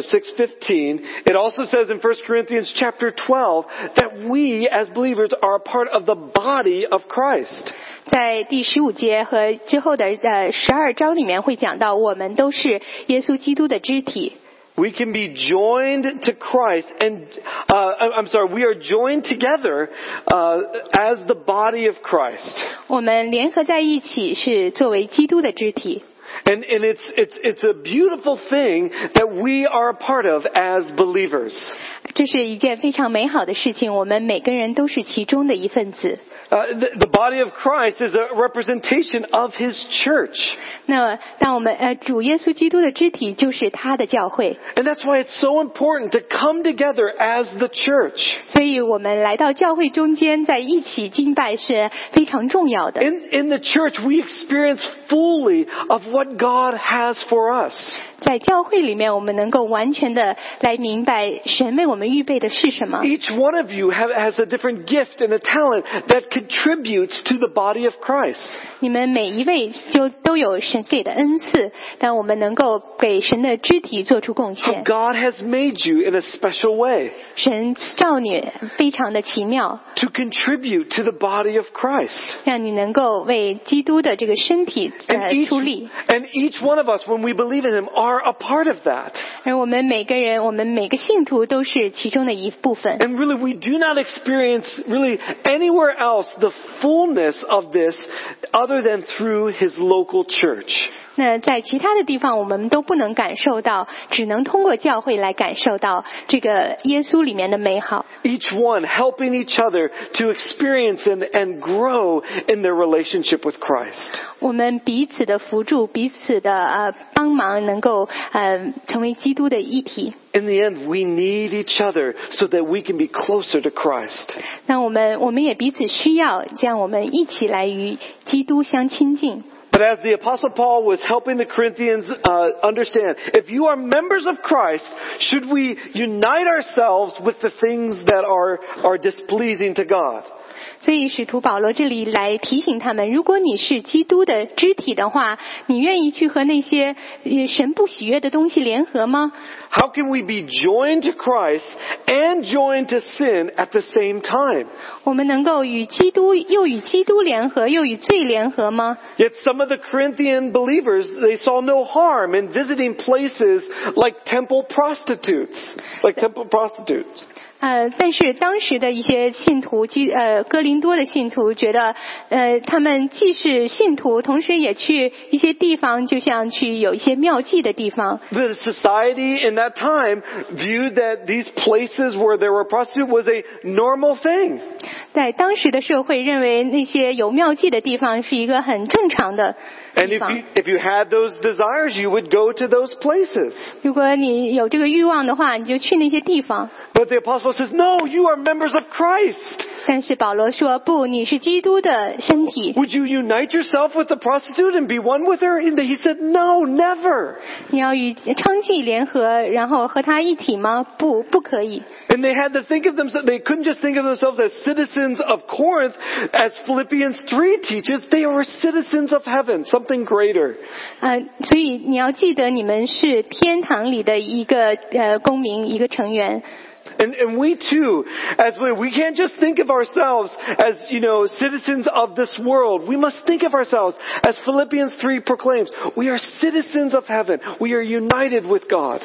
B: it also says in 1 Corinthians chapter 12 that we as believers are a part of the body of Christ.
C: 在第十五节和之后的呃十二章里面会讲到，我们都是耶稣基督的肢体。
B: We can be joined to Christ, and uh, I- I'm sorry, we are joined together uh, as the body of Christ.
C: 我们联合在一起是作为基督的肢体，
B: And, and it's, it's, it's a beautiful thing that we are a part of as believers.
C: 这是一件非常美好的事情，我们每个人都是其中的一份子。
B: Uh, the, the body of Christ is a representation of His church.
C: 那当我们呃主耶稣基督的肢体就是他的教会，
B: And that's why it's so important to come together as the church.
C: 所以我们来到教会中间在一起敬拜是非常重要的。
B: In, in the church, we experience fully of what God has for us.
C: 在教会里面，我们能够完全的来明白神为我们预备的是什么。
B: Each one of you have, has a different gift and a talent that contributes to the body of Christ.
C: 你们每一位就都有神给的恩赐，但我们能够给神的肢体做出
B: How
C: 贡献。
B: God has made you in a special way
C: 神造你非常的奇妙，
B: to contribute to the body of Christ.
C: 让你能够为基督的这个身体
B: And
C: 呃
B: each,
C: 出力。
B: and each one of us, when we believe in Him, are a part of that.
C: 而我们每个人，我们每个信徒都是其中的一部分。
B: And really, we do not experience really anywhere else the fullness of this other than through His local church.
C: 那在其他的地方，我们都不能感受到，只能通过教会来感受到这个耶稣里面的美好。
B: Each one helping each other to experience and, and grow in their relationship with Christ.
C: 我们彼此的扶助，彼此的呃帮忙，能够呃成为基督的一体。
B: In the end, we need each other so that we can be closer to Christ.
C: 那我们我们也彼此需要，这样我们一起来与基督相亲近。
B: But as the apostle Paul was helping the Corinthians uh, understand, if you are members of Christ, should we unite ourselves with the things that are, are displeasing to God?
C: 所以使徒保罗这里来提醒他们：如果你是基督的肢体的话，你愿意去和那些呃神不喜悦的东西联合吗？
B: How can we be joined to Christ and joined to sin at the same time?
C: 我们能够与基督又与基督联合，又与罪联合吗？
B: Yet some of the Corinthian believers, they saw no harm in visiting places like temple prostitutes, like temple prostitutes.
C: 呃，但是当时的一些信徒，基呃哥林多的信徒觉得，呃，他们既是信徒，同时也去一些地方，就像去有一些妙计的地方，
B: The society in that time viewed that these places where there were prostitutes was a normal thing.
C: 在当时的社会认为那些有妙计的地方是一个很正常的
B: And
C: 地
B: if
C: 方
B: you,。if you had those desires, you would go to those places.
C: 如果你有这个欲望的话，你就去那些地方。
B: But the apostle says, no, you are members of Christ.
C: 但是保罗说不，你是基督的身体，
B: Would you unite yourself with the prostitute and be one with her? And he said, no, never.
C: 你要与娼妓联合，然后和他一体吗？不，不可以。
B: And they had to think of themselves, they couldn't just think of themselves as citizens of Corinth, as Philippians 3 teaches, they were citizens of heaven, something greater.
C: 呃，所以你要记得，你们是天堂里的一个呃公民，一个成员。
B: And, and we too, as we, we can't just think of ourselves as, you know, citizens of this world. We must think of ourselves, as Philippians 3 proclaims, we are citizens of heaven. We are united with God.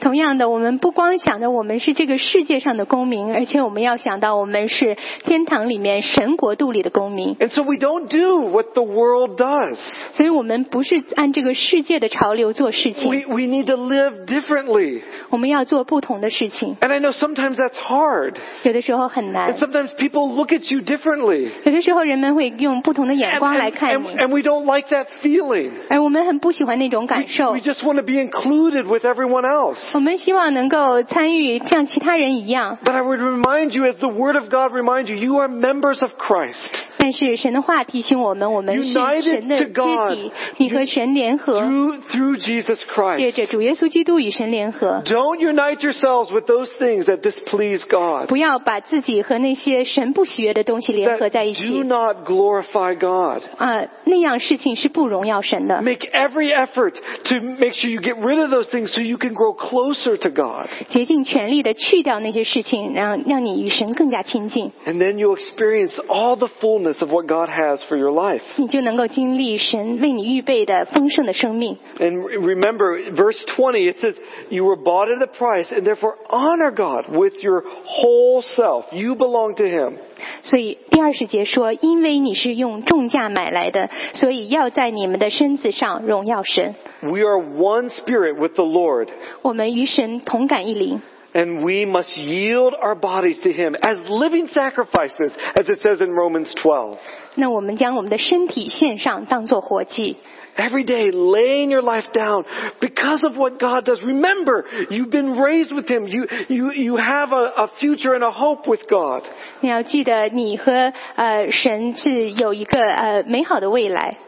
C: 同样的，我们不光想着我们是这个世界上的公民，而且我们要想到我们是天堂里面神国度里的公民。
B: And so we don't do what the world does.
C: 所以我们不是按这个世界的潮流做事情，
B: We, we need to live differently.
C: 我们要做不同的事情。
B: And I know sometimes that's hard.
C: 有的时候很
B: And
C: 难，
B: sometimes people look at you differently.
C: 有的时候人们会用不同的眼
B: And,
C: 光来
B: and,
C: 看
B: and,
C: 你，
B: and we don't like that feeling.
C: 而我们很不喜欢那种感受
B: We。just want to be included with everyone else.
C: 我们希望能够参与像其他人一样，
B: But I would remind you, as the Word of God reminds you, you are members of Christ.
C: 但是神的话提醒我们，我们是
B: United
C: 神的
B: to
C: 肢
B: God.
C: 体，你和神联合，
B: Through, through Jesus
C: 借
B: Christ.
C: 着主耶稣基督与神联合，
B: Don't unite yourselves with those things that displease God.
C: 不要把自己和那些神不喜悦的东西联合在一
B: That do
C: 起。
B: not glorify God.
C: 啊，那样事情是不荣耀神的。
B: Make every effort to make sure you get rid of those things so you can grow closer to God.
C: 竭尽全力的去掉那些事情，让让你与神更加亲近，
B: And then you'll experience all the fullness fullness of what God has for your life.
C: 你就能够经历神为你预备的丰盛的生命。
B: And re- remember, verse 20, it says, You were bought at a price, and therefore honor God with your whole self. You belong to Him.
C: 所以第二十节说：“因为你是用重价买来的，所以要在你们的身子上荣耀神。
B: We are one spirit with the Lord,
C: 我们与神同感一灵，
B: and we must yield our bodies to Him as living sacrifices, as it says in Romans 12.
C: 那我们将我们的身体献上，当作活祭。
B: Every day, laying your life down because of what God does. Remember, you've been raised with Him. You, you, you have a, a future and a hope with God.
C: 你要记得，你和呃神是有一个呃美好的未来。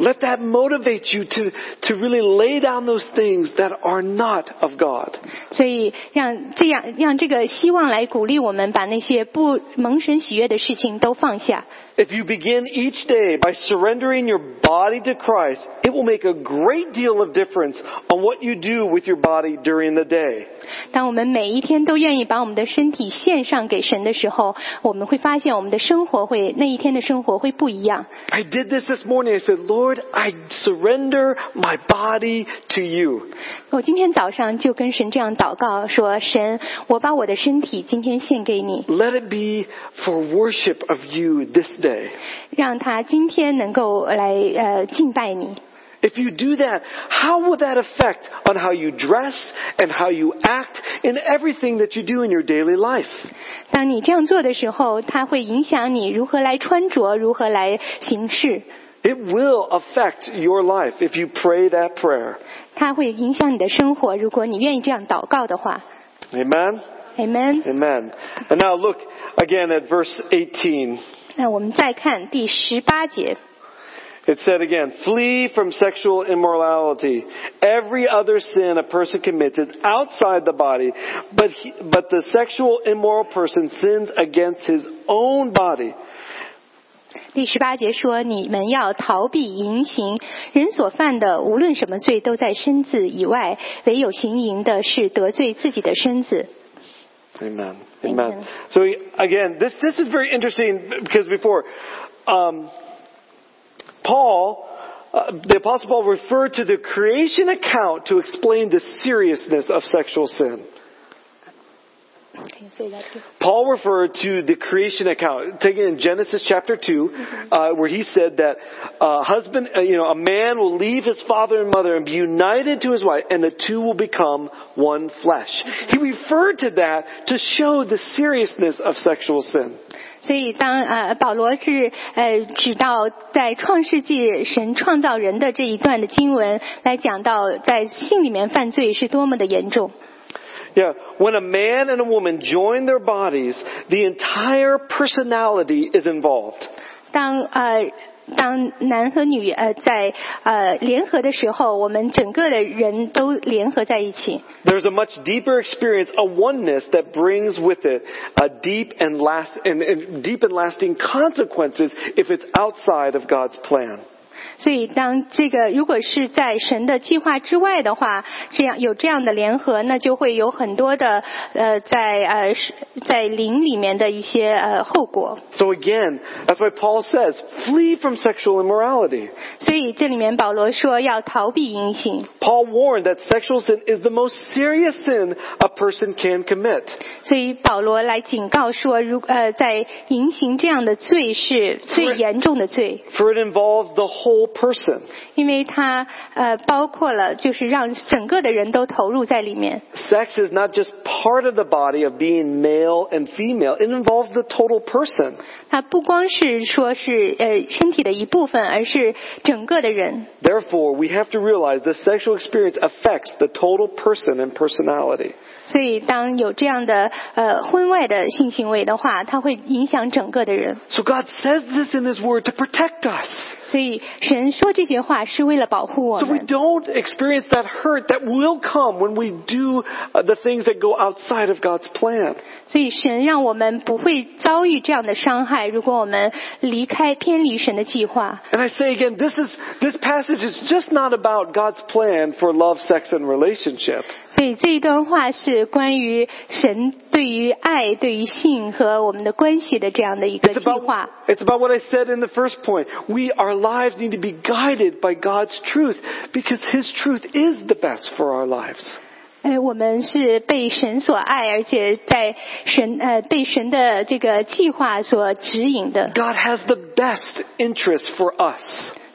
B: Let that motivate you to, to really lay down those things that are not of God.
C: 所以让这样让这个希望来鼓励我们，把那些不蒙神喜悦的事情都放下。
B: If you begin each day by surrendering your body to Christ, it will make a great deal of difference on what you do with your body during the day.
C: 当我们每一天都愿意把我们的身体献上给神的时候，我们会发现我们的生活会那一天的生活会不一样。
B: I did this this morning. I said, Lord, I surrender my body to you.
C: 我今天早上就跟神这样祷告说：“神，我把我的身体今天献给你，
B: Let it be for worship of you this day.
C: 让他今天能够来呃敬拜你。
B: If you do that, how will that affect on how you dress and how you act in everything that you do in your daily life?
C: 当你这样做的时候，它会影响你如何来穿着，如何来行事，
B: It will affect your life if you pray that prayer.
C: 它会影响你的生活。如果你愿意这样祷告的话
B: Amen?
C: ，amen。
B: Amen. And now look again at verse 18.
C: 那我们再看第十八节。
B: It said again, flee from sexual immorality. Every other sin a person commits is outside the body, but, he, but the sexual immoral person sins against his own body.
C: 第十八节说：“你们要逃避淫行，人所犯的无论什么罪，都在身子以外；唯有行淫的是得罪自己的身子。
B: Amen. Amen.
C: Amen.
B: So again, this this is very interesting because before, um, Paul, uh, the Apostle Paul referred to the creation account to explain the seriousness of sexual sin. Paul referred to the creation account, taken in Genesis chapter 2, uh, where he said that uh, husband, uh, you know, a man will leave his father and mother and be united to his wife, and the two will become one flesh. He referred to that to show the seriousness of sexual sin. ”
C: 所以当，呃保罗是呃指到在创世纪神创造人的这一段的经文来讲到，在性里面犯罪是多么的严重。
B: Yeah, when a man and a woman join their bodies, the entire personality is involved.
C: 当呃当男和女呃在呃联合的时候，我们整个的人都联合在一起。
B: There's a much deeper experience, a oneness that brings with it a deep and last and, and deep and lasting consequences if it's outside of God's plan.
C: 所以，当这个如果是在神的计划之外的话，这样有这样的联合，那就会有很多的呃，在呃是在灵里面的一些呃后果。
B: So again, that's why Paul says, flee from sexual immorality.
C: 所以这里面保罗说要逃避淫行，
B: Paul warned that sexual sin is the most serious sin a person can commit.
C: 所以保罗来警告说，如呃在淫行这样的罪是最严重的罪，
B: For it involves the whole person.
C: 因为它呃包括了就是让整个的人都投入在里面。
B: Sex is not just part of the body of being male and female. It involves the total person.
C: 它不光是说是呃身体的一部分，而是整个的人。
B: Therefore, we have to realize the sexual experience affects the total person and personality.
C: 所以，当有这样的呃婚外的性行为的话，它会影响整个的人。
B: So God says this in His Word to protect us.
C: 所以神说这些话是为了保护我
B: So we
C: 们，
B: don't experience that hurt that will come when we do uh, the things that go outside of God's plan.
C: 所以神让我们不会遭遇这样的伤害。如果我们离开偏离神的计划，
B: And I say again, this is, this passage is just not about God's plan for love, sex, and relationship.
C: 所以这一段话是关于神对于爱、对于性和我们的关系的这样的一个
B: It's
C: 计划
B: about,。it's about what I said in the first point. We, our lives need to be guided by God's truth because His truth is the best for our lives.
C: 哎，我们是被神所爱，而且在神呃被神的这个计划所指引的。
B: God has the best interest for us.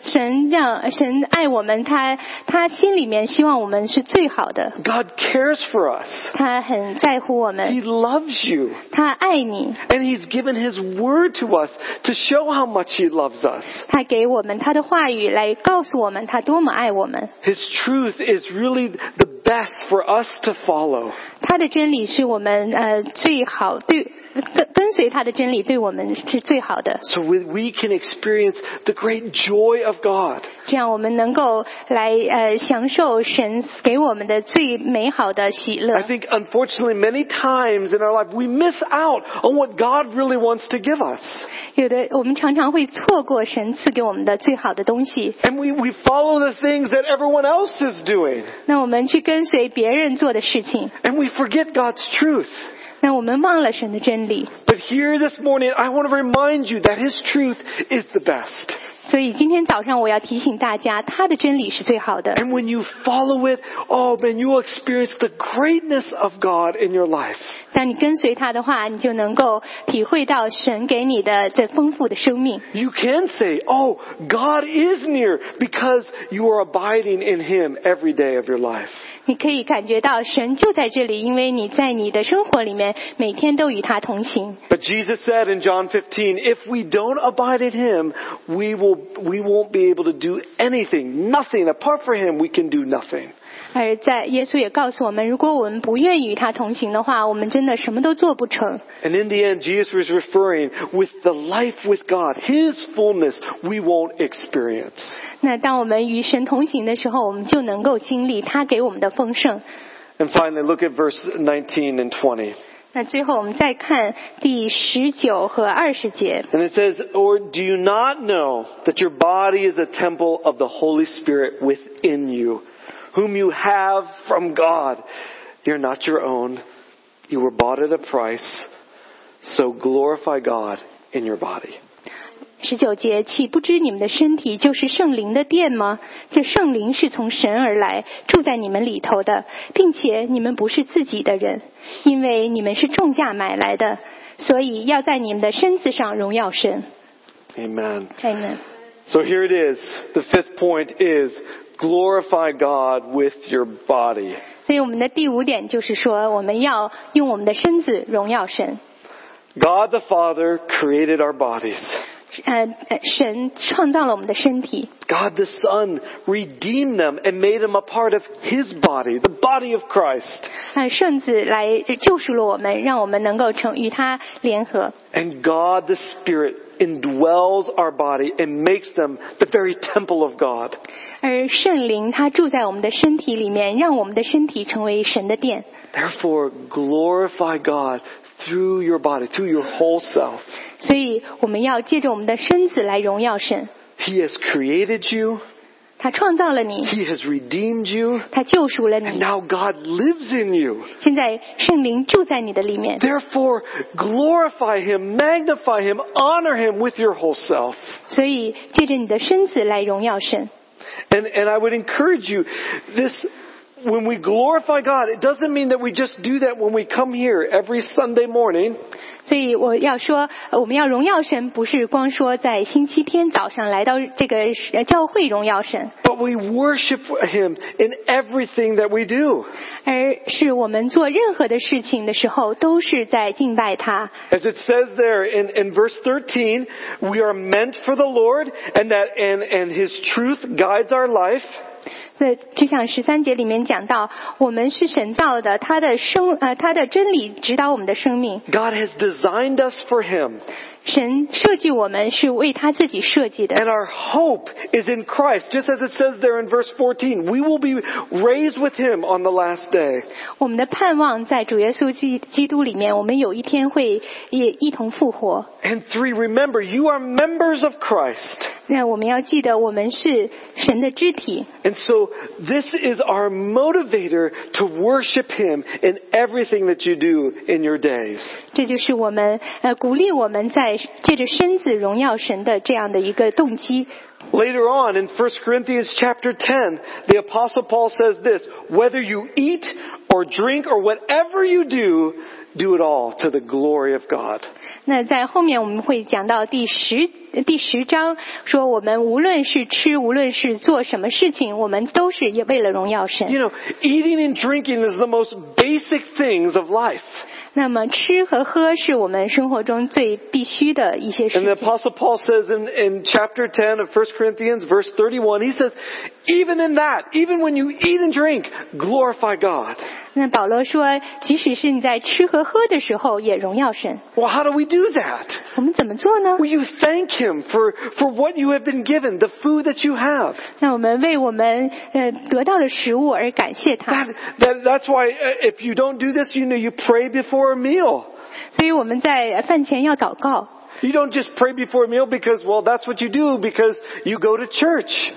C: 神让神爱我们，他他心里面希望我们是最好的，
B: God cares for us.
C: 他很在乎我
B: He
C: 们，
B: loves you.
C: 他爱你，
B: And He's given His word to us to show how much He loves us.
C: 他给我们他的话语来告诉我们他多么爱我们。
B: His truth is really the best for us to follow.
C: 他的真理是我们呃最好对跟跟随他的真理对我们是最好的，
B: So we, we can experience the great joy of God.
C: 这样我们能够来呃享受神给我们的最美好的喜乐
B: I。think unfortunately many times in our life we miss out on what God really wants to give us.
C: 有的我们常常会错过神赐给我们的最好的东西，
B: And we, we follow the things that everyone else is doing.
C: 那我们去跟随别人做的事情，
B: And we forget God's truth.
C: 那我们忘了神的真理。
B: But here this morning I want to remind you that His truth is the best.
C: 所以今天早上我要提醒大家，他的真理是最好的。
B: And when you follow it, oh man, you will experience the greatness of God in your life.
C: 当你跟随他的话，你就能够体会到神给你的这丰富的生命。
B: You can say, oh, God is near because you are abiding in Him every day of your life.
C: 你可以感觉到神就在这里，因为你在你的生活里面每天都与他同行。
B: But Jesus said in John 15, if we don't abide in Him, we will, we won't be able to do anything, nothing. Apart from Him, we can do nothing.
C: 而在耶稣也告诉我们，如果我们不愿意与他同行的话，我们真的什么都做不成。
B: And in the end, Jesus was referring with the life with God, His fullness, we won't experience.
C: 那当我们与神同行的时候，我们就能够经历他给我们的丰盛。
B: And finally, look at verse 19 and 20.
C: 那最后我们再看第十九和二十节，
B: And it says, Or do you not know that your body is a temple of the Holy Spirit within you, whom you have from God? You're not your own. You were bought at a price. So glorify God in your body.
C: 十九节，岂不知你们的身体就是圣灵的殿吗？这圣灵是从神而来，住在你们里头的，并且你们不是自己的人，因为你们是重价买来的，所以要在你们的身子上荣耀神。
B: Amen.
C: Amen。
B: So here it is. The fifth point is glorify God with your body.
C: 所以我们的第五点就是说，我们要用我们的身子荣耀神。
B: God the Father created our bodies.
C: 呃，呃神创造了我们的身体，
B: God the Son redeemed them and made them a part of His body, the body of Christ.
C: 呃，圣子来救赎了我们，让我们能够成与他联合。
B: And God the Spirit indwells our body and makes them the very temple of God.
C: 而圣灵他住在我们的身体里面，让我们的身体成为神的殿。
B: Therefore, glorify God through your body, through your whole self.
C: 所以我们要借着我们的身子来荣耀神。
B: He has created you.
C: 他创造了你，
B: He has redeemed you.
C: 他救赎了
B: And
C: 你，
B: now God lives in you.
C: 现在圣灵住在你的里面。
B: Therefore, glorify Him, magnify Him, honor Him with your whole self.
C: 所以借着你的身子来荣耀神。
B: And, and I would encourage you, this, when we glorify God, it doesn't mean that we just do that when we come here every Sunday morning.
C: 所以我要说，呃我们要荣耀神，不是光说在星期天早上来到这个呃教会荣耀神，
B: But we worship Him in everything that we do.
C: 而是我们做任何的事情的时候，都是在敬拜他。
B: As it says there in, in verse 13, we are meant for the Lord and that, and, and His truth guides our life.
C: 在就像十三节里面讲到，我们是神造的，他的生呃他的真理指导我们的生命，
B: God has designed us for Him.
C: 神设计我们是为他自己设计的，
B: And our hope is in Christ, just as it says there in verse 14. We will be raised with him on the last day.
C: 我们的盼望在主耶稣基基督里面，我们有一天会也一同复活。
B: And three, remember, you are members of Christ.
C: 那我们要记得，我们是神的肢体，
B: And so this is our motivator to worship him in everything that you do in your days.
C: 这就是我们呃鼓励我们在借着身子荣耀神的这样的一个动机。
B: Later on in 1 Corinthians chapter 10, the apostle Paul says this, whether you eat or drink or whatever you do, do it all to the glory of God.
C: 那在后面我们会讲到第十第十章，说我们无论是吃，无论是做什么事情，我们都是也为了荣耀
B: You
C: 神。
B: know, eating and drinking is the most basic things of life.
C: 那么吃和喝是我们生活中最必须的一些
B: And the
C: 事情。
B: apostle Paul says in, in chapter 10 of 1 Corinthians verse 31, he says, even in that, even when you eat and drink, glorify God.
C: 那保罗说，即使是你在吃和喝的时候，也荣耀神。
B: Well, how do we do that?
C: 我们怎么做呢
B: Well,？you thank him for, for what you have been given, the food that you have.
C: 那我们为我们呃得到的食物而感谢他
B: That,。that, that's why uh, if you don't do this, you know, you pray before a meal.
C: 所以我们在饭前要祷告。
B: You don't just pray before a meal because, well, that's what you do because you go to church.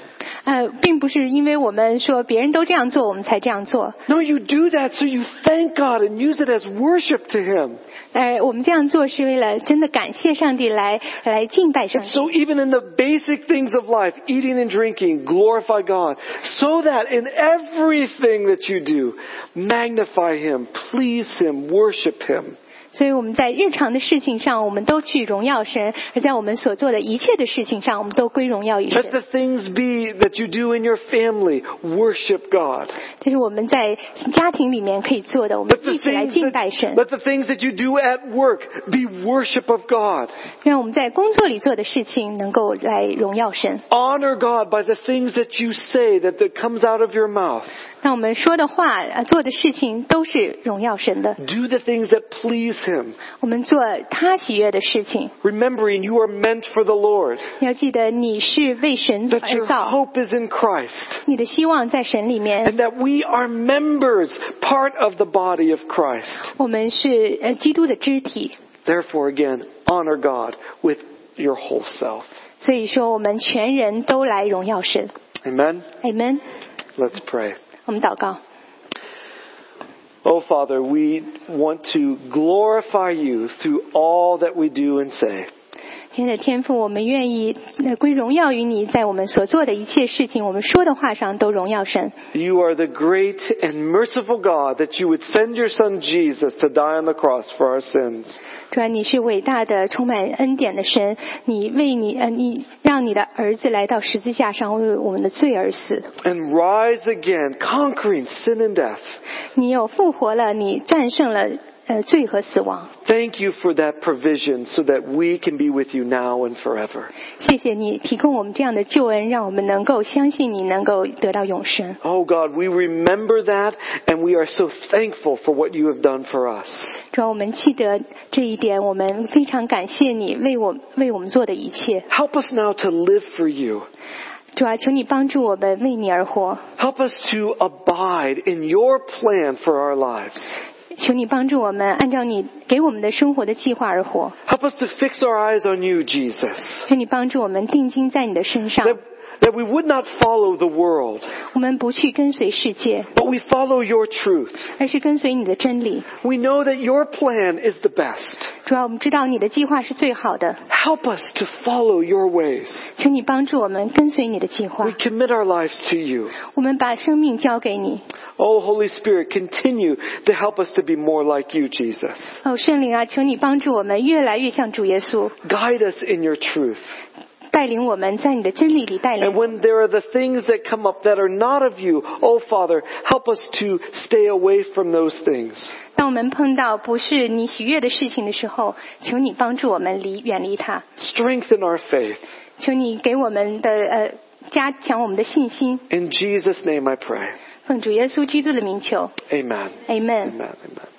C: 呃，并不是因为我们说别人都这样做，我们才这样做。
B: No, you do that so you thank God and use it as worship to Him.
C: 呃，我们这样做是为了真的感谢上帝来来敬拜上帝。
B: So even in the basic things of life, eating and drinking, glorify God. So that in everything that you do, magnify Him, please Him, worship Him.
C: 所以我们在日常的事情上，我们都去荣耀神；而在我们所做的一切的事情上，我们都归荣耀于
B: Let
C: 神。
B: the things be that you do in your family, worship God.
C: 这是我们在家庭里面可以做的，我们
B: Let the
C: 一起来
B: things
C: 敬拜神
B: that,。let the things that you do at work be worship of God.
C: 让我们在工作里做的事情能够来荣耀神。
B: Honor God by the things that you say that, that comes out of your mouth.
C: 让我们说的话、呃做的事情都是荣耀神的。
B: Do the things that please Him.
C: 我们做他喜悦的事情，
B: Remembering you are meant for the Lord.
C: 要记得你是为神
B: That
C: 而
B: your
C: 造，
B: hope is in Christ.
C: 你的希望在神里面。
B: And that we are members, part of the body of Christ.
C: 我们是呃基督的肢体，
B: Therefore, again, honor God with your whole self.
C: 所以说我们全人都来荣耀神。
B: Amen?
C: Amen。
B: Let's pray.
C: 我们祷告，
B: Oh, Father, we want to glorify you through all that we do and say.
C: 亲爱的天父，我们愿意呃归荣耀于你，在我们所做的一切事情，我们说的话上都荣耀神。
B: You are the great and merciful God that you would send your son Jesus to die on the cross for our sins.
C: 主啊，你是伟大的、充满恩典的神，你为你呃，你让你的儿子来到十字架上为我们的罪而死，
B: And rise again, conquering sin and death.
C: 你又复活了，你战胜了呃罪和死亡。
B: Thank you for that provision so that we can be with you now and forever.
C: 谢谢你提供我们这样的救恩，让我们能够相信你能够得到永生。
B: Oh God, we remember that and we are so thankful for what you have done for us.
C: 主啊要我们记得这一点，我们非常感谢你为我为我们做的一切。
B: Help us now to live for you.
C: 主啊，求你帮助我们为你而活，
B: Help us to abide in your plan for our lives.
C: 求你帮助我们按照你给我们的生活的计划而活，
B: Help us to fix our eyes on you, Jesus.
C: 求你帮助我们定睛在你的身上
B: That,，that we would not follow the world,
C: 我们不去跟随世界，
B: but we follow your truth.
C: 而是跟随你的真理。
B: We know that your plan is the best.
C: 主啊要我们知道你的计划是最好的，
B: Help us to follow your ways.
C: 求你帮助我们跟随你的计划
B: We，commit our lives to you.
C: 我们把生命交给你。
B: Oh, Holy Spirit, continue to help us to be more like you, Jesus.
C: 哦，圣灵啊，求你帮助我们越来越像主耶稣，
B: Guide us in your truth.
C: 带领我们在你的真理里带领
B: And。when there are the things that come up that are not of you, oh Father, help us to stay away from those things.
C: 当我们碰到不是你喜悦的事情的时候，求你帮助我们离远离它，
B: Strengthen our faith.
C: 求你给我们的呃加强我们的信心。
B: In Jesus' name I pray.
C: 奉主耶稣基督的名求
B: Amen.
C: ，Amen。
B: Amen. Amen.